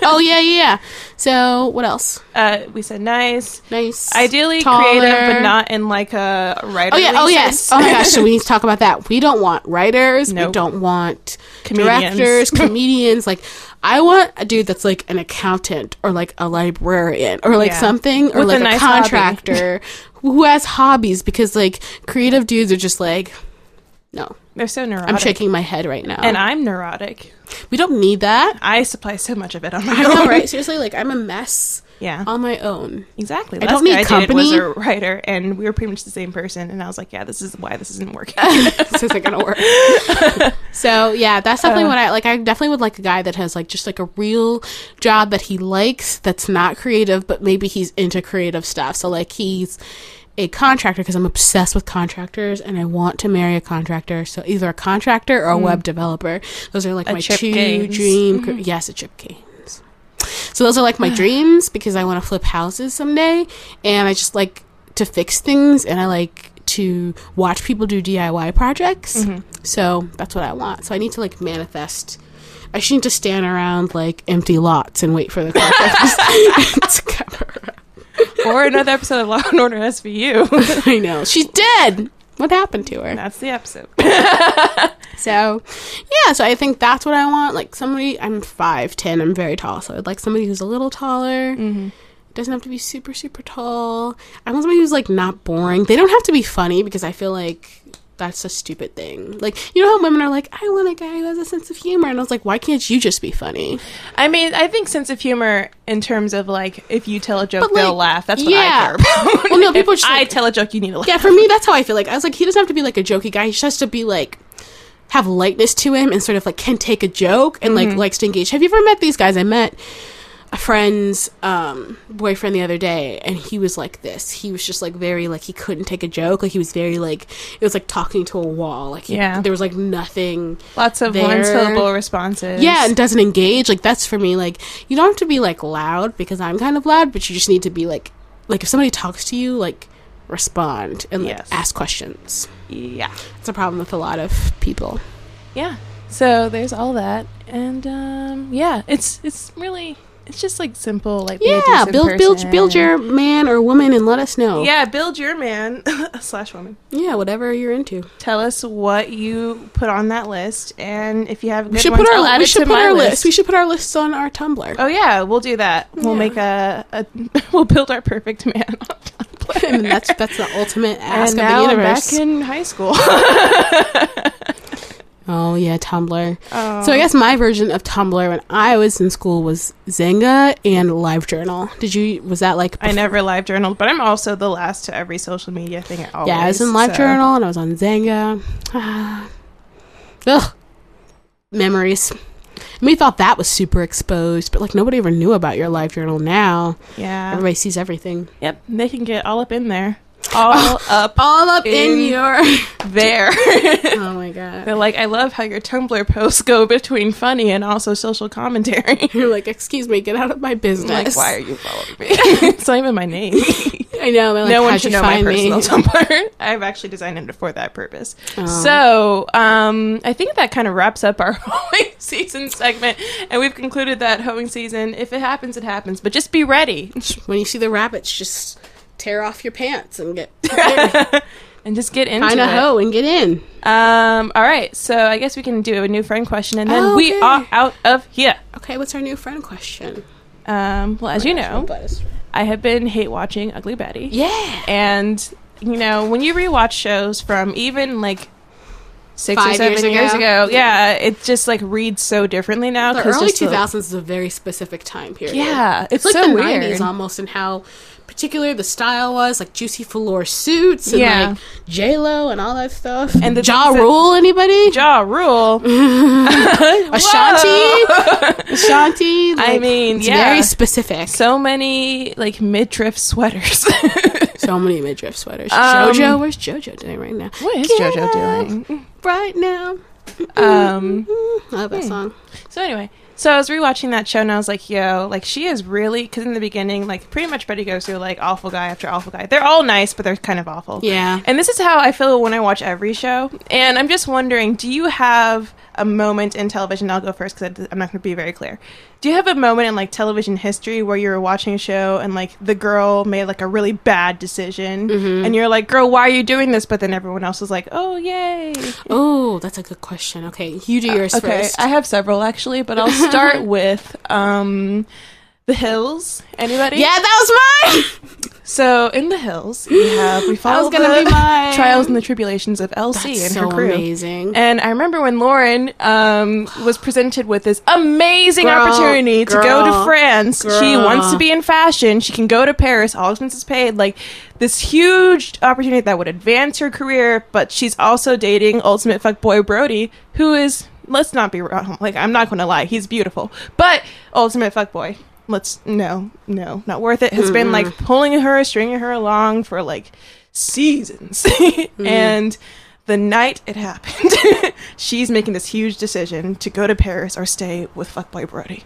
Speaker 2: Oh yeah, yeah, yeah. So what else?
Speaker 1: uh, we said nice,
Speaker 2: Nice.
Speaker 1: ideally
Speaker 2: Taller.
Speaker 1: creative, but not in like a writer.
Speaker 2: Oh yeah! Oh yes!
Speaker 1: sense.
Speaker 2: Oh my gosh! So we need to talk about that. We don't want writers. We
Speaker 1: Nope.
Speaker 2: don't want
Speaker 1: Comedians.
Speaker 2: directors, comedians. Like, I want a dude that's like an accountant or like a librarian or like
Speaker 1: Yeah.
Speaker 2: something or
Speaker 1: With a
Speaker 2: like a,
Speaker 1: nice hobby.
Speaker 2: contractor who has hobbies because like creative dudes are just like, no.
Speaker 1: They're so neurotic.
Speaker 2: I'm shaking my head right now.
Speaker 1: and I'm neurotic.
Speaker 2: we don't need that.
Speaker 1: I supply so much of it on my
Speaker 2: I
Speaker 1: own.
Speaker 2: know, right? Oh, Seriously, like I'm a mess
Speaker 1: Yeah,
Speaker 2: on my own.
Speaker 1: exactly.
Speaker 2: I
Speaker 1: Last
Speaker 2: don't
Speaker 1: guy
Speaker 2: need
Speaker 1: I dated was a
Speaker 2: company.
Speaker 1: writer, and we were pretty much the same person. And I was like, yeah, this is why this isn't working.
Speaker 2: this isn't gonna work. so yeah, that's
Speaker 1: Uh.
Speaker 2: definitely what I like. I definitely would like a guy that has like just like a real job that he likes that's not creative, but maybe he's into creative stuff. So like he's a contractor because I'm obsessed with contractors and I want to marry a contractor. So either a contractor or a web developer. Those are like my
Speaker 1: Mm. Chip
Speaker 2: two
Speaker 1: Gaines. Mm-hmm.
Speaker 2: dream. cr- Yes, a Chip Gaines. So those are like my dreams because I want to flip houses someday, and I just like to fix things, and I like to watch people do DIY projects.
Speaker 1: Mm-hmm.
Speaker 2: So that's what I want. So I need to like manifest. I just need to stand around like empty lots and wait for the contractors to come. around.
Speaker 1: or another episode of Law and Order SVU.
Speaker 2: I know she's dead. What happened to her?
Speaker 1: That's the episode.
Speaker 2: So, yeah, so I think that's what I want. Like somebody, I'm five ten. I'm very tall, so I'd like somebody who's a little taller. Doesn't have to be super super tall. I want somebody who's like not boring. They don't have to be funny because I feel like that's a stupid thing. Like you know how women are like, I want a guy who has a sense of humor, and I was like, why can't you just be funny?
Speaker 1: I mean, I think sense of humor in terms of like if you tell a joke,
Speaker 2: But,
Speaker 1: they'll
Speaker 2: like,
Speaker 1: laugh. That's what
Speaker 2: yeah.
Speaker 1: I care about.
Speaker 2: Well, no,
Speaker 1: If
Speaker 2: people just,
Speaker 1: I
Speaker 2: like-
Speaker 1: tell a joke, you need to laugh.
Speaker 2: Yeah, for me, that's how I feel. Like I was like, he doesn't have to be like a jokey guy. He just has to be like have lightness to him and sort of like can take a joke and
Speaker 1: Mm-hmm.
Speaker 2: like likes to engage. Have you ever met these guys? I met a friend's um, boyfriend the other day, and he was like this. He was just like very like he couldn't take a joke. Like he was very like it was like talking to a wall. Like he,
Speaker 1: Yeah.
Speaker 2: there was like nothing.
Speaker 1: Lots of
Speaker 2: There.
Speaker 1: one syllable responses.
Speaker 2: Yeah, and doesn't engage. Like that's for me. Like you don't have to be like loud because I'm kind of loud, but you just need to be like like if somebody talks to you, like respond and like,
Speaker 1: Yes.
Speaker 2: ask questions.
Speaker 1: yeah,
Speaker 2: It's a problem with a lot of people.
Speaker 1: yeah. So there's all that, and um, yeah, it's it's really it's just like simple, like be a
Speaker 2: Yeah,
Speaker 1: decent
Speaker 2: build build
Speaker 1: person.
Speaker 2: build your man or woman and let us know.
Speaker 1: yeah, build your man slash woman.
Speaker 2: yeah, whatever you're into.
Speaker 1: Tell us what you put on that list, and if you have good
Speaker 2: We should
Speaker 1: ones,
Speaker 2: put our
Speaker 1: I'll
Speaker 2: list.
Speaker 1: add
Speaker 2: We
Speaker 1: it
Speaker 2: should
Speaker 1: to
Speaker 2: put
Speaker 1: my
Speaker 2: our list. We should put our lists on our Tumblr.
Speaker 1: Oh yeah, we'll do that. We'll
Speaker 2: Yeah.
Speaker 1: make a, a we'll build our perfect man. on Tumblr.
Speaker 2: and that's that's the ultimate ask
Speaker 1: and
Speaker 2: of
Speaker 1: now
Speaker 2: the
Speaker 1: I'm
Speaker 2: universe.
Speaker 1: back in high school.
Speaker 2: oh yeah, Tumblr.
Speaker 1: Oh.
Speaker 2: So I guess my version of Tumblr when I was in school was Zynga and LiveJournal. Did you? Was that like?
Speaker 1: I never live journaled, but I'm also the last to every social media thing. I always,
Speaker 2: Yeah, I was in
Speaker 1: so-
Speaker 2: LiveJournal and I was on Zynga. Ah. Ugh, memories. And we thought that was super exposed, but like nobody ever knew about your LiveJournal. Now
Speaker 1: Yeah,
Speaker 2: everybody sees everything.
Speaker 1: yep, they can get all up in there. all up
Speaker 2: all up in,
Speaker 1: In-
Speaker 2: your.
Speaker 1: there.
Speaker 2: oh my god.
Speaker 1: They're like, I love how your Tumblr posts go between funny and also social commentary.
Speaker 2: You're like, excuse me, get out of my
Speaker 1: I'm
Speaker 2: business.
Speaker 1: like, why are you following me? it's not even my name.
Speaker 2: I know. Like,
Speaker 1: no one
Speaker 2: how'd
Speaker 1: should
Speaker 2: you
Speaker 1: know my
Speaker 2: find me?
Speaker 1: personal Tumblr. I've actually designed it for that purpose.
Speaker 2: Oh.
Speaker 1: So, um, I think that kind of wraps up our hoeing season segment, and we've concluded that hoeing season. If it happens, it happens, but just be ready
Speaker 2: When you see the rabbits, just tear off your pants and get
Speaker 1: and just get into
Speaker 2: find a
Speaker 1: it.
Speaker 2: hoe and get in.
Speaker 1: Um, all right, so I guess we can do a new friend question, and then we
Speaker 2: Okay.
Speaker 1: are out of here.
Speaker 2: Okay, what's our new friend question?
Speaker 1: Um, well, as you know,
Speaker 2: Let us-
Speaker 1: I have been hate watching Ugly Betty.
Speaker 2: Yeah.
Speaker 1: And, you know, when you rewatch shows from even like six or
Speaker 2: Five
Speaker 1: seven
Speaker 2: years
Speaker 1: years ago,
Speaker 2: ago.
Speaker 1: yeah, it just like reads so differently now.
Speaker 2: The
Speaker 1: 'cause
Speaker 2: early
Speaker 1: just
Speaker 2: 2000s is a very specific time period.
Speaker 1: Yeah,
Speaker 2: It's
Speaker 1: it's
Speaker 2: like
Speaker 1: so
Speaker 2: the
Speaker 1: weird.
Speaker 2: 90s almost and how particular the style was, like juicy velour suits and
Speaker 1: Yeah.
Speaker 2: like J-Lo and all that stuff.
Speaker 1: And the
Speaker 2: Ja
Speaker 1: things that-
Speaker 2: Rule, anybody?
Speaker 1: Jaw rule.
Speaker 2: Ashanti? Ashanti?
Speaker 1: I
Speaker 2: like,
Speaker 1: mean,
Speaker 2: it's
Speaker 1: yeah.
Speaker 2: very specific. So,
Speaker 1: so many like midriff sweaters.
Speaker 2: many midriff sweaters.
Speaker 1: Um,
Speaker 2: JoJo, where's JoJo doing right now?
Speaker 1: what is
Speaker 2: Get
Speaker 1: JoJo
Speaker 2: up
Speaker 1: doing?
Speaker 2: Right now.
Speaker 1: Um,
Speaker 2: I love that song.
Speaker 1: So anyway, so I was rewatching that show and I was like, yo, like she is really because in the beginning, like pretty much Betty goes through like awful guy after awful guy. They're all nice, but they're kind of awful.
Speaker 2: Yeah.
Speaker 1: And this is how I feel when I watch every show. And I'm just wondering, do you have a moment in television? I'll go first because I'm not going to be very clear. Do you have a moment in like television history where you were watching a show and like the girl made like a really bad decision, and you're like, "Girl, why are you doing this?" But then everyone else is like, "Oh, yay!"
Speaker 2: Oh, that's a good question. Okay, you do yours
Speaker 1: Uh, Okay,
Speaker 2: first.
Speaker 1: I have several actually, but I'll start with um, The Hills. Anybody?
Speaker 2: yeah, that was mine!
Speaker 1: So in The Hills, we have we follow
Speaker 2: gonna
Speaker 1: the
Speaker 2: be mine.
Speaker 1: trials and the tribulations of Elsie
Speaker 2: That's
Speaker 1: and
Speaker 2: so
Speaker 1: her crew.
Speaker 2: amazing.
Speaker 1: And I remember when Lauren um, was presented with this amazing
Speaker 2: Girl,
Speaker 1: opportunity to go to
Speaker 2: girl,
Speaker 1: France. She
Speaker 2: girl.
Speaker 1: wants to be in fashion. She can go to Paris. All expenses paid. Like this huge opportunity that would advance her career. But she's also dating ultimate fuckboy Brody, who is let's not be wrong. Like I'm not going to lie, he's beautiful, but ultimate fuckboy. Let's no, no, not worth it. Has been like pulling her, stringing her along for like seasons, and the night it happened, she's making this huge decision to go to Paris or stay with fuckboy Brody.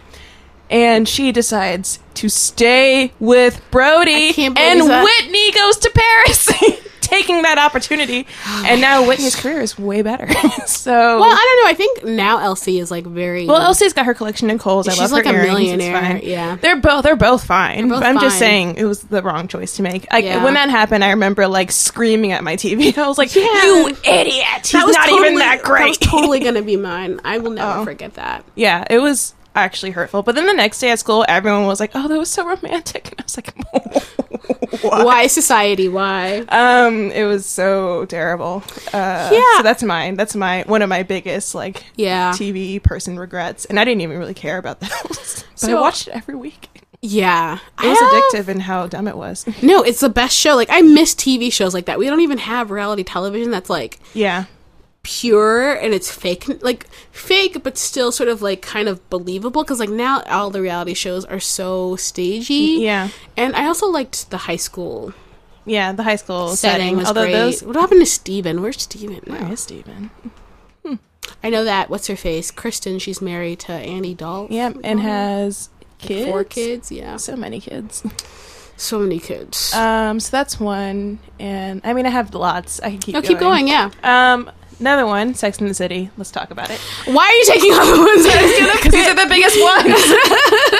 Speaker 1: And she decides to stay with Brody,
Speaker 2: I can't believe
Speaker 1: and
Speaker 2: that.
Speaker 1: Whitney goes to Paris, taking that opportunity. and now Whitney's career is way better. so, Mm.
Speaker 2: Well,
Speaker 1: well,
Speaker 2: I don't know. I think now Elsie is like very.
Speaker 1: Elsie's got her collection in Kohl's. I
Speaker 2: She's
Speaker 1: love her
Speaker 2: like a
Speaker 1: earrings.
Speaker 2: millionaire,
Speaker 1: It's fine.
Speaker 2: yeah.
Speaker 1: they're both they're both fine.
Speaker 2: both
Speaker 1: but I'm just
Speaker 2: fine.
Speaker 1: saying it was the wrong choice to make. Like
Speaker 2: Yeah.
Speaker 1: when that happened, I remember like screaming at my TV. I was like,
Speaker 2: Yeah.
Speaker 1: "You idiot! He's not even that great."
Speaker 2: That was totally gonna be mine. I will never
Speaker 1: Oh.
Speaker 2: forget that.
Speaker 1: yeah, it was actually hurtful. But then the next day at school, everyone was like, "Oh, that was so romantic," and I was like, "What?"
Speaker 2: Why society? Why?
Speaker 1: Um, it was so terrible. Uh,
Speaker 2: Yeah.
Speaker 1: So that's mine. That's my one of my biggest like
Speaker 2: Yeah,
Speaker 1: TV person regrets, and I didn't even really care about the house, but I
Speaker 2: So-
Speaker 1: watched it every week.
Speaker 2: yeah.
Speaker 1: It was
Speaker 2: I have-
Speaker 1: addictive in how dumb it was.
Speaker 2: No, it's the best show. Like I miss TV shows like that. We don't even have reality television that's like
Speaker 1: yeah.
Speaker 2: pure and it's fake, like fake, but still sort of like kind of believable. Because like now all the reality shows are so stagey.
Speaker 1: Yeah.
Speaker 2: and I also liked the high school
Speaker 1: Yeah, the high school
Speaker 2: setting,
Speaker 1: setting.
Speaker 2: was
Speaker 1: Although
Speaker 2: great.
Speaker 1: those
Speaker 2: What happened to Steven? Where's Steven now?
Speaker 1: Where is Steven?
Speaker 2: I know that. What's her face? Kristen. She's married to Andy Dahl.
Speaker 1: Yeah, and has kids.
Speaker 2: four kids. Yeah,
Speaker 1: So many kids.
Speaker 2: so many kids.
Speaker 1: Um, so that's one, and I mean I have lots. I can keep.
Speaker 2: no, keep going. Yeah.
Speaker 1: Um, another one, Sex in the City. Let's talk about it.
Speaker 2: Why are you taking all the ones that I was
Speaker 1: Because these are the biggest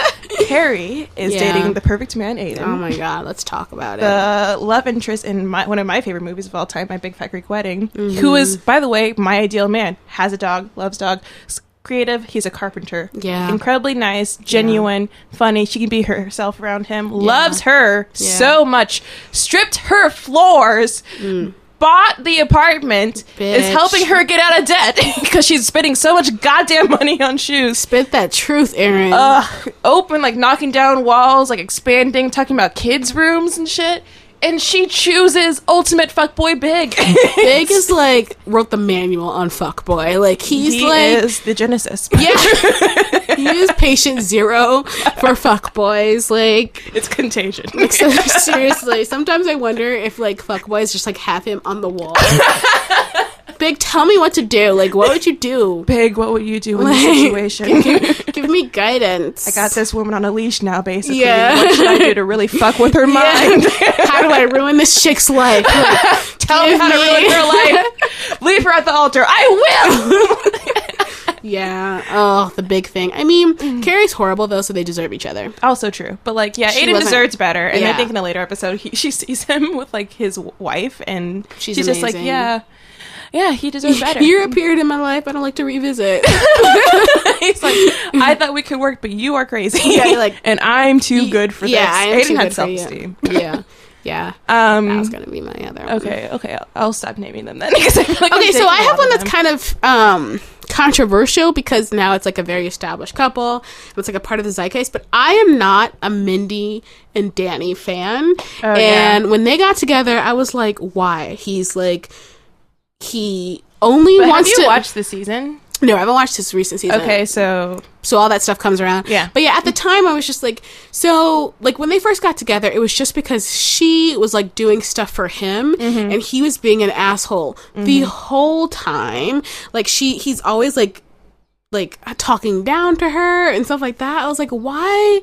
Speaker 1: ones. Carrie is
Speaker 2: Yeah.
Speaker 1: dating the perfect man,
Speaker 2: gonna? Oh
Speaker 1: Aiden.
Speaker 2: my god. Let's talk about it.
Speaker 1: the love interest in my, one of my favorite movies of all time, My Big Fat Greek Wedding, who
Speaker 2: Mm-hmm.
Speaker 1: is, by the way, my ideal man. Has a dog, loves dog, s- creative. He's a carpenter.
Speaker 2: Yeah.
Speaker 1: incredibly nice, genuine, funny. She can be herself around him. Loves her
Speaker 2: Yeah.
Speaker 1: so much. Stripped her floors. Bought the apartment is
Speaker 2: Mm. Bitch.
Speaker 1: helping her get out of debt because she's spending so much goddamn money on shoes.
Speaker 2: Spit that truth, Aaron.
Speaker 1: Oh, Uh, Ugh, open, like knocking down walls, like expanding, talking about kids' rooms and shit.
Speaker 3: and she chooses ultimate fuckboy big.
Speaker 2: Big is like wrote the manual on fuckboy. Like he's
Speaker 1: he
Speaker 2: like
Speaker 1: is the genesis.
Speaker 2: yeah. he is patient zero for fuckboys. Like
Speaker 1: It's contagion.
Speaker 2: so- seriously, sometimes I wonder if like fuckboys just like have him on the wall. Big, tell me what to do. Like, what would you do?
Speaker 1: Big, what would you do in
Speaker 2: Like-
Speaker 1: this situation?
Speaker 2: Give me guidance.
Speaker 1: I got this woman on a leash now, basically.
Speaker 2: Yeah.
Speaker 1: What should I do to really fuck with her mind?
Speaker 2: how do I ruin this chick's life? Like,
Speaker 1: Tell me
Speaker 2: Give
Speaker 1: how to
Speaker 2: me-
Speaker 1: ruin her life. Leave her at the altar. I will.
Speaker 2: yeah. Oh, the big thing. I
Speaker 1: Mm.
Speaker 2: mean, Carrie's horrible though, so they deserve each other.
Speaker 1: also true, but like, yeah,
Speaker 2: She
Speaker 1: Aiden
Speaker 2: wasn't-
Speaker 1: deserves better. And
Speaker 2: Yeah.
Speaker 1: I think in a later episode, he, she sees him with like his w- wife, and
Speaker 2: She's
Speaker 1: she's, just like,
Speaker 2: amazing.
Speaker 1: yeah, yeah, he deserves better.
Speaker 2: You're a period in my life I don't like to revisit.
Speaker 1: He's like, I thought we could work, but you are crazy.
Speaker 2: Yeah, you're like-
Speaker 1: and I'm too
Speaker 2: Y-
Speaker 1: good for
Speaker 2: yeah, I am
Speaker 1: this.
Speaker 2: too
Speaker 1: Aiden had
Speaker 2: good for you.
Speaker 1: self esteem.
Speaker 2: yeah. Yeah. That was
Speaker 1: Um,
Speaker 2: gonna be my other one.
Speaker 1: okay, okay, I'll, I'll stop naming them then. 'cause I feel like I'm
Speaker 2: Okay, so
Speaker 1: taking
Speaker 2: I
Speaker 1: a
Speaker 2: have
Speaker 1: lot
Speaker 2: one
Speaker 1: of
Speaker 2: that's
Speaker 1: them.
Speaker 2: kind of um controversial because now it's like a very established couple. It's like a part of the zeitgeist, but I am not a Mindy and Danny fan.
Speaker 1: Oh, yeah.
Speaker 2: and when they got together, I was like, why? He's like he only
Speaker 1: But have
Speaker 2: wants
Speaker 1: you
Speaker 2: to
Speaker 1: watched the season?
Speaker 2: No, I haven't watched his recent season.
Speaker 1: Okay, so
Speaker 2: so all that stuff comes around.
Speaker 1: Yeah.
Speaker 2: But yeah, at the time I was just like, so like when they first got together, it was just because she was like doing stuff for him and he was being an asshole the whole time. Like she he's always like like talking down to her and stuff like that. I was like, why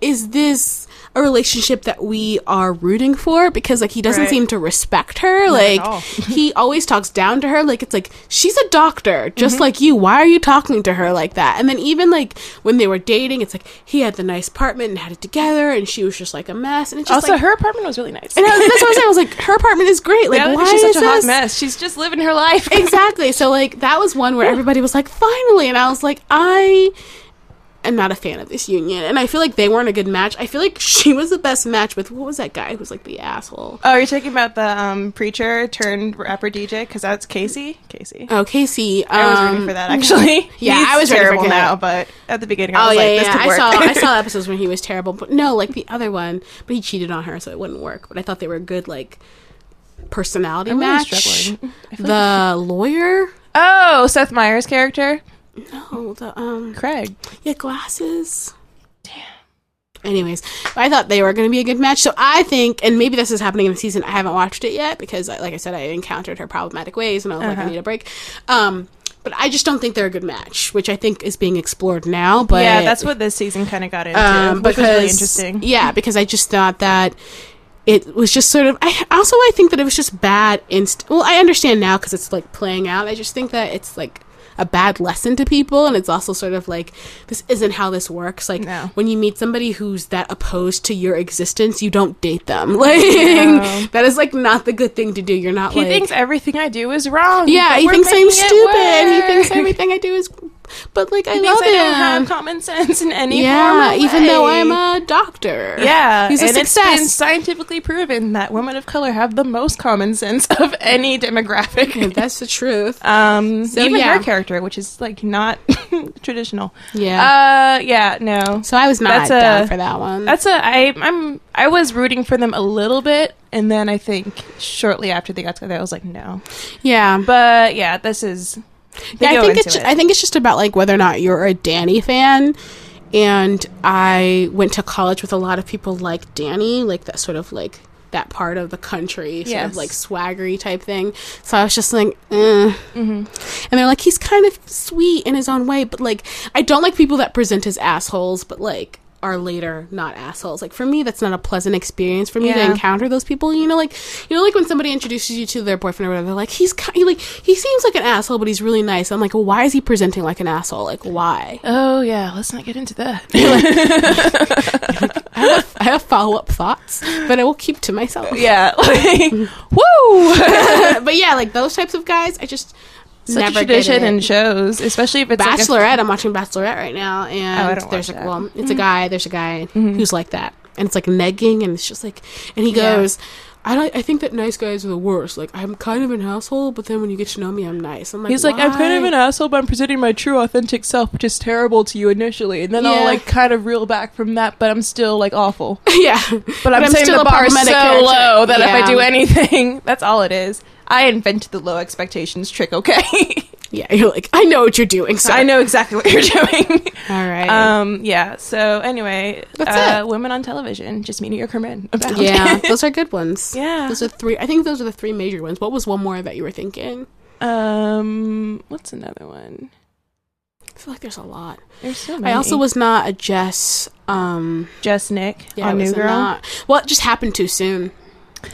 Speaker 2: is this a relationship that we are rooting for because like he doesn't
Speaker 1: Right.
Speaker 2: seem to respect her
Speaker 1: at
Speaker 2: like
Speaker 1: all.
Speaker 2: he always talks down to her like it's like she's a doctor
Speaker 1: Mm-hmm.
Speaker 2: just like you why are you talking to her like that and then even like when they were dating it's like he had the nice apartment and had it together and she was just like a mess and it's just
Speaker 1: also
Speaker 2: like
Speaker 1: her apartment was really nice.
Speaker 2: and I was, that's what I was saying I was like her apartment is great like
Speaker 1: Yeah, I
Speaker 2: why
Speaker 1: think she's
Speaker 2: is
Speaker 1: such a hot
Speaker 2: this
Speaker 1: mess. She's just living her life.
Speaker 2: exactly. So like that was one where everybody was like, finally, and I was like, I am not a fan of this union, and I feel like they weren't a good match. I feel like she was the best match with what was that guy who's like the asshole?
Speaker 1: Oh, you're talking about the um, preacher turned rapper DJ? Because that's Casey. Casey.
Speaker 2: Oh, Casey.
Speaker 1: I was
Speaker 2: um,
Speaker 1: rooting for that actually.
Speaker 2: yeah,
Speaker 1: He's
Speaker 2: I was ready for
Speaker 1: terrible
Speaker 2: him.
Speaker 1: now, but at the beginning I
Speaker 2: Oh
Speaker 1: was
Speaker 2: yeah,
Speaker 1: like,
Speaker 2: yeah,
Speaker 1: this
Speaker 2: yeah.
Speaker 1: could
Speaker 2: I
Speaker 1: work.
Speaker 2: saw I saw episodes when he was terrible, but no, like the other one, but he cheated on her, so it wouldn't work. But I thought they were a good like personality
Speaker 1: I'm really
Speaker 2: match.
Speaker 1: struggling. I feel
Speaker 2: The lawyer.
Speaker 1: oh, Seth Meyers' character,
Speaker 2: No, the um,
Speaker 1: Craig.
Speaker 2: Yeah, glasses. Damn. Anyways, I thought they were going to be a good match. So I think, and maybe this is happening in the season. I haven't watched it yet because, I- like I said, I encountered her problematic ways, and I was like, I need a break. Um, but I just don't think they're a good match, which I think is being explored now. But
Speaker 1: yeah, that's what this season kind of got into,
Speaker 2: um,
Speaker 1: which was
Speaker 2: because
Speaker 1: really interesting.
Speaker 2: yeah, because I just thought that it was just sort of. I also I think that it was just bad. Inst- well, I understand now because it's like playing out. I just think that it's like a bad lesson to people, and it's also sort of like this isn't how this works. Like
Speaker 1: No.
Speaker 2: when you meet somebody who's that opposed to your existence, you don't date them. Like
Speaker 1: No.
Speaker 2: that is like not the good thing to do. You're not
Speaker 1: He
Speaker 2: like
Speaker 1: thinks everything I do is wrong.
Speaker 2: yeah.
Speaker 1: but
Speaker 2: He
Speaker 1: we're
Speaker 2: thinks I'm
Speaker 1: making it
Speaker 2: stupid. He
Speaker 1: work.
Speaker 2: thinks everything I do is. But like I
Speaker 1: He
Speaker 2: love
Speaker 1: thinks I
Speaker 2: him.
Speaker 1: don't have common sense in any
Speaker 2: Yeah,
Speaker 1: formal
Speaker 2: even though I'm
Speaker 1: way.
Speaker 2: a doctor.
Speaker 1: Yeah,
Speaker 2: he's a
Speaker 1: and it's been
Speaker 2: success.
Speaker 1: scientifically proven that women of color have the most common sense of any demographic.
Speaker 2: That's the truth.
Speaker 1: Um,
Speaker 2: So,
Speaker 1: even
Speaker 2: yeah.
Speaker 1: her character, which is like not traditional.
Speaker 2: Yeah.
Speaker 1: Uh, yeah, no.
Speaker 2: so I was not
Speaker 1: that's a-
Speaker 2: down for that one.
Speaker 1: That's a I I'm I was rooting for them a little bit, and then I think shortly after they got together, I was like, no.
Speaker 2: yeah, but
Speaker 1: But yeah, this is. They
Speaker 2: yeah, I
Speaker 1: go
Speaker 2: think
Speaker 1: into
Speaker 2: it's ju-
Speaker 1: it.
Speaker 2: I think it's just about like whether or not you're a Danny fan. And I went to college with a lot of people like Danny, like that sort of like that part of the country, sort of
Speaker 1: Yes.
Speaker 2: like swaggery type thing. So I was just like, eh.
Speaker 1: Mm-hmm.
Speaker 2: and they're like, he's kind of sweet in his own way, but like I don't like people that present as assholes, but like are later not assholes. Like for me, that's not a pleasant experience for me to
Speaker 1: Yeah.
Speaker 2: encounter those people. You know, like you know, like when somebody introduces you to their boyfriend or whatever, they're like he's ki- like he seems like an asshole, but he's really nice. I'm like, well, why is he presenting like an asshole? Like why?
Speaker 1: oh yeah, let's not get into that.
Speaker 2: I have follow up thoughts, but I will keep to myself.
Speaker 1: yeah, like, woo.
Speaker 2: but yeah, like those types of guys, I just
Speaker 1: Such
Speaker 2: never
Speaker 1: a
Speaker 2: get
Speaker 1: tradition
Speaker 2: it.
Speaker 1: in shows, especially if it's like, a-
Speaker 2: Bachelorette. I'm watching Bachelorette right now,
Speaker 1: Oh, I
Speaker 2: and
Speaker 1: don't
Speaker 2: there's
Speaker 1: watch
Speaker 2: like,
Speaker 1: that.
Speaker 2: well, it's a guy. There's a guy who's like that, and it's like negging, and it's just like, and he
Speaker 1: Yeah.
Speaker 2: goes, I don't. I think that nice guys are the worst. Like I'm kind of an asshole, but then when you get to know me, I'm nice. I'm like
Speaker 3: He's like, I'm kind of
Speaker 2: "Why?"
Speaker 3: an asshole, but I'm presenting my true, authentic self, which is terrible to you initially, and then
Speaker 2: Yeah.
Speaker 3: I'll like kind of reel back from that, but I'm still like awful.
Speaker 2: yeah,
Speaker 3: But I'm, saying the bar is so
Speaker 2: character.
Speaker 3: low that if I do
Speaker 2: Yeah.
Speaker 3: anything, that's all it is. I invented the low expectations trick. Okay,
Speaker 2: yeah, you're like I know what you're doing. So
Speaker 3: I know exactly what you're doing.
Speaker 2: All right.
Speaker 3: Um, yeah. So anyway,
Speaker 2: That's
Speaker 3: uh, women on television, just mediocre men.
Speaker 2: yeah, those are good ones.
Speaker 3: Yeah.
Speaker 2: those are three. I think those are the three major ones. What was one more that you were thinking?
Speaker 3: Um, what's another one?
Speaker 2: I feel like there's a lot.
Speaker 3: There's so
Speaker 2: I
Speaker 3: many.
Speaker 2: also was not a Jess. Um,
Speaker 3: just Nick
Speaker 2: yeah, I
Speaker 1: On New
Speaker 2: was
Speaker 1: Girl?
Speaker 2: not. Well, it just happened too soon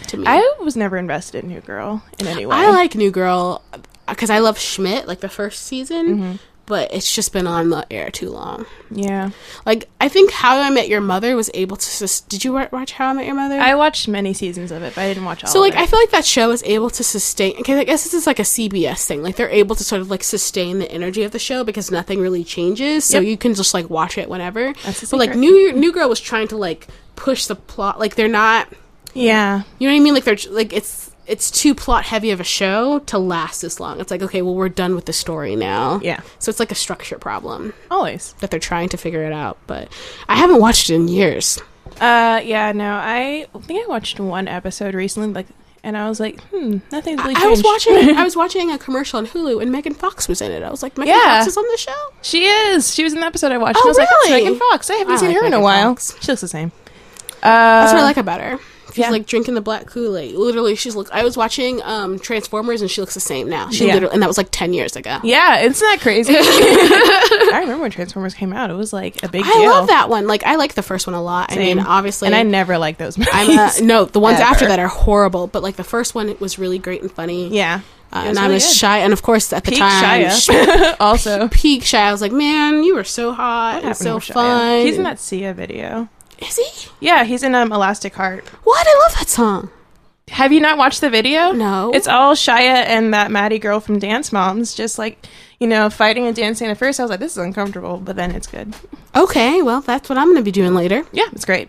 Speaker 2: to me.
Speaker 1: I-
Speaker 3: I was never invested in New Girl in any way.
Speaker 2: I like New Girl because I love Schmidt, like the first season,
Speaker 1: Mm-hmm.
Speaker 2: but it's just been on the air too long.
Speaker 1: Yeah.
Speaker 2: Like I think How I Met Your Mother was able to. Sus- Did you wa- watch How I Met Your Mother?
Speaker 1: I watched many seasons of it, but I didn't watch all
Speaker 2: so
Speaker 1: of
Speaker 2: like
Speaker 1: it.
Speaker 2: I feel like that show is able to sustain. Okay, I guess this is like a CBS thing. Like they're able to sort of like sustain the energy of the show because nothing really changes. So
Speaker 1: Yep.
Speaker 2: you can just like watch it whenever.
Speaker 1: That's the
Speaker 2: but like
Speaker 1: secret.
Speaker 2: New New Girl was trying to like push the plot. Like they're not.
Speaker 1: yeah.
Speaker 2: You know what I mean? Like they're like it's it's too plot heavy of a show to last this long. It's like okay, well we're done with the story now.
Speaker 1: Yeah.
Speaker 2: So it's like a structure problem
Speaker 1: Always.
Speaker 2: that they're trying to figure it out. But I haven't watched it in years.
Speaker 1: Uh, yeah, no, I think I watched one episode recently, like, and I was like, hmm, nothing's really
Speaker 2: I was
Speaker 1: changed.
Speaker 2: watching I was watching a commercial on Hulu and Megan Fox was in it. I was like, Megan
Speaker 1: Yeah.
Speaker 2: Fox is on the show.
Speaker 1: She is. She was in the episode I watched.
Speaker 2: Oh,
Speaker 1: and I was like,
Speaker 2: really?
Speaker 1: that's Megan Fox. I haven't
Speaker 2: I
Speaker 1: seen
Speaker 2: like
Speaker 1: her in a
Speaker 2: Megan
Speaker 1: while.
Speaker 2: Fox.
Speaker 1: She looks the same. Uh,
Speaker 2: That's what I like about her. She's
Speaker 1: yeah.
Speaker 2: like drinking the black Kool Aid. Literally, she's look. I was watching um Transformers and she looks the same now. She
Speaker 1: Yeah.
Speaker 2: literally, and that was like ten years ago.
Speaker 1: Yeah, isn't that crazy? I remember when Transformers came out. It was like a big
Speaker 2: I
Speaker 1: deal.
Speaker 2: love that one. Like I like the first one a lot. I
Speaker 1: Same.
Speaker 2: mean, obviously,
Speaker 1: And I never liked those movies.
Speaker 2: I'm uh, no, the ones after
Speaker 1: Ever.
Speaker 2: that are horrible. But like the first one, it was really great and funny.
Speaker 1: yeah.
Speaker 2: uh,
Speaker 1: It
Speaker 2: and
Speaker 1: was
Speaker 2: I
Speaker 1: really
Speaker 2: was
Speaker 1: good.
Speaker 2: shy. And of course, at the
Speaker 1: Peak
Speaker 2: time,
Speaker 1: Shia. also.
Speaker 2: peak shy. I was like, man, you were so hot and
Speaker 1: Happened
Speaker 2: so
Speaker 1: with Shia.
Speaker 2: fun.
Speaker 1: He's in that Sia video.
Speaker 2: Is he?
Speaker 1: Yeah, he's in um, Elastic Heart.
Speaker 2: What? I love that song.
Speaker 1: Have you not watched the video?
Speaker 2: No.
Speaker 1: It's all Shia and that Maddie girl from Dance Moms, just like, you know, fighting and dancing. At first, I was like, this is uncomfortable, but then it's good.
Speaker 2: Okay, well, that's what I'm going to be doing later.
Speaker 1: Yeah, it's great.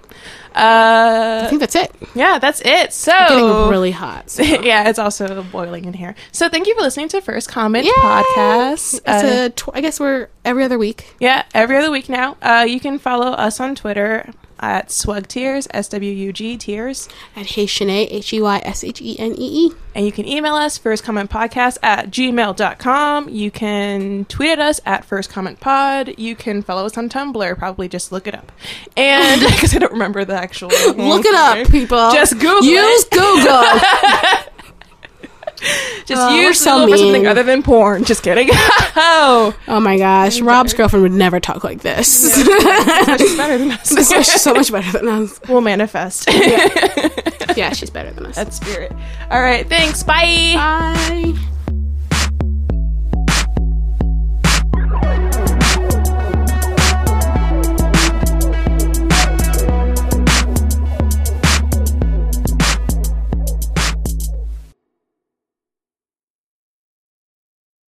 Speaker 2: I
Speaker 1: Uh,
Speaker 2: think that's it.
Speaker 1: yeah, that's it. So.
Speaker 2: Getting really hot. so-
Speaker 1: yeah, it's also boiling in here. So thank you for listening to First Comment
Speaker 2: Yay!
Speaker 1: Podcast.
Speaker 2: It's
Speaker 1: Uh,
Speaker 2: a tw- I guess we're every other week.
Speaker 1: yeah, every other week now. Uh, you can follow us on Twitter at Swug Tears, S W U G Tears.
Speaker 2: At Haitianee, H E Y S H E N E E.
Speaker 1: And you can email us, firstcommentpodcast at gmail.com. You can tweet at us at firstcommentpod. You can follow us on Tumblr. Probably just look it up. And because I don't remember the actual.
Speaker 2: Look it up, people.
Speaker 1: Just Google
Speaker 2: Use Google.
Speaker 1: Just
Speaker 2: Oh,
Speaker 1: use
Speaker 2: we're so
Speaker 1: Google for something
Speaker 2: mean.
Speaker 1: other than porn. Just kidding. oh,
Speaker 2: oh my gosh, Rob's girlfriend would never talk like this.
Speaker 1: she's better than
Speaker 2: this is
Speaker 1: us.
Speaker 2: so much better than us.
Speaker 1: we'll manifest
Speaker 2: Yeah, she's better than us.
Speaker 1: that spirit. All right. Thanks. Bye.
Speaker 2: Bye.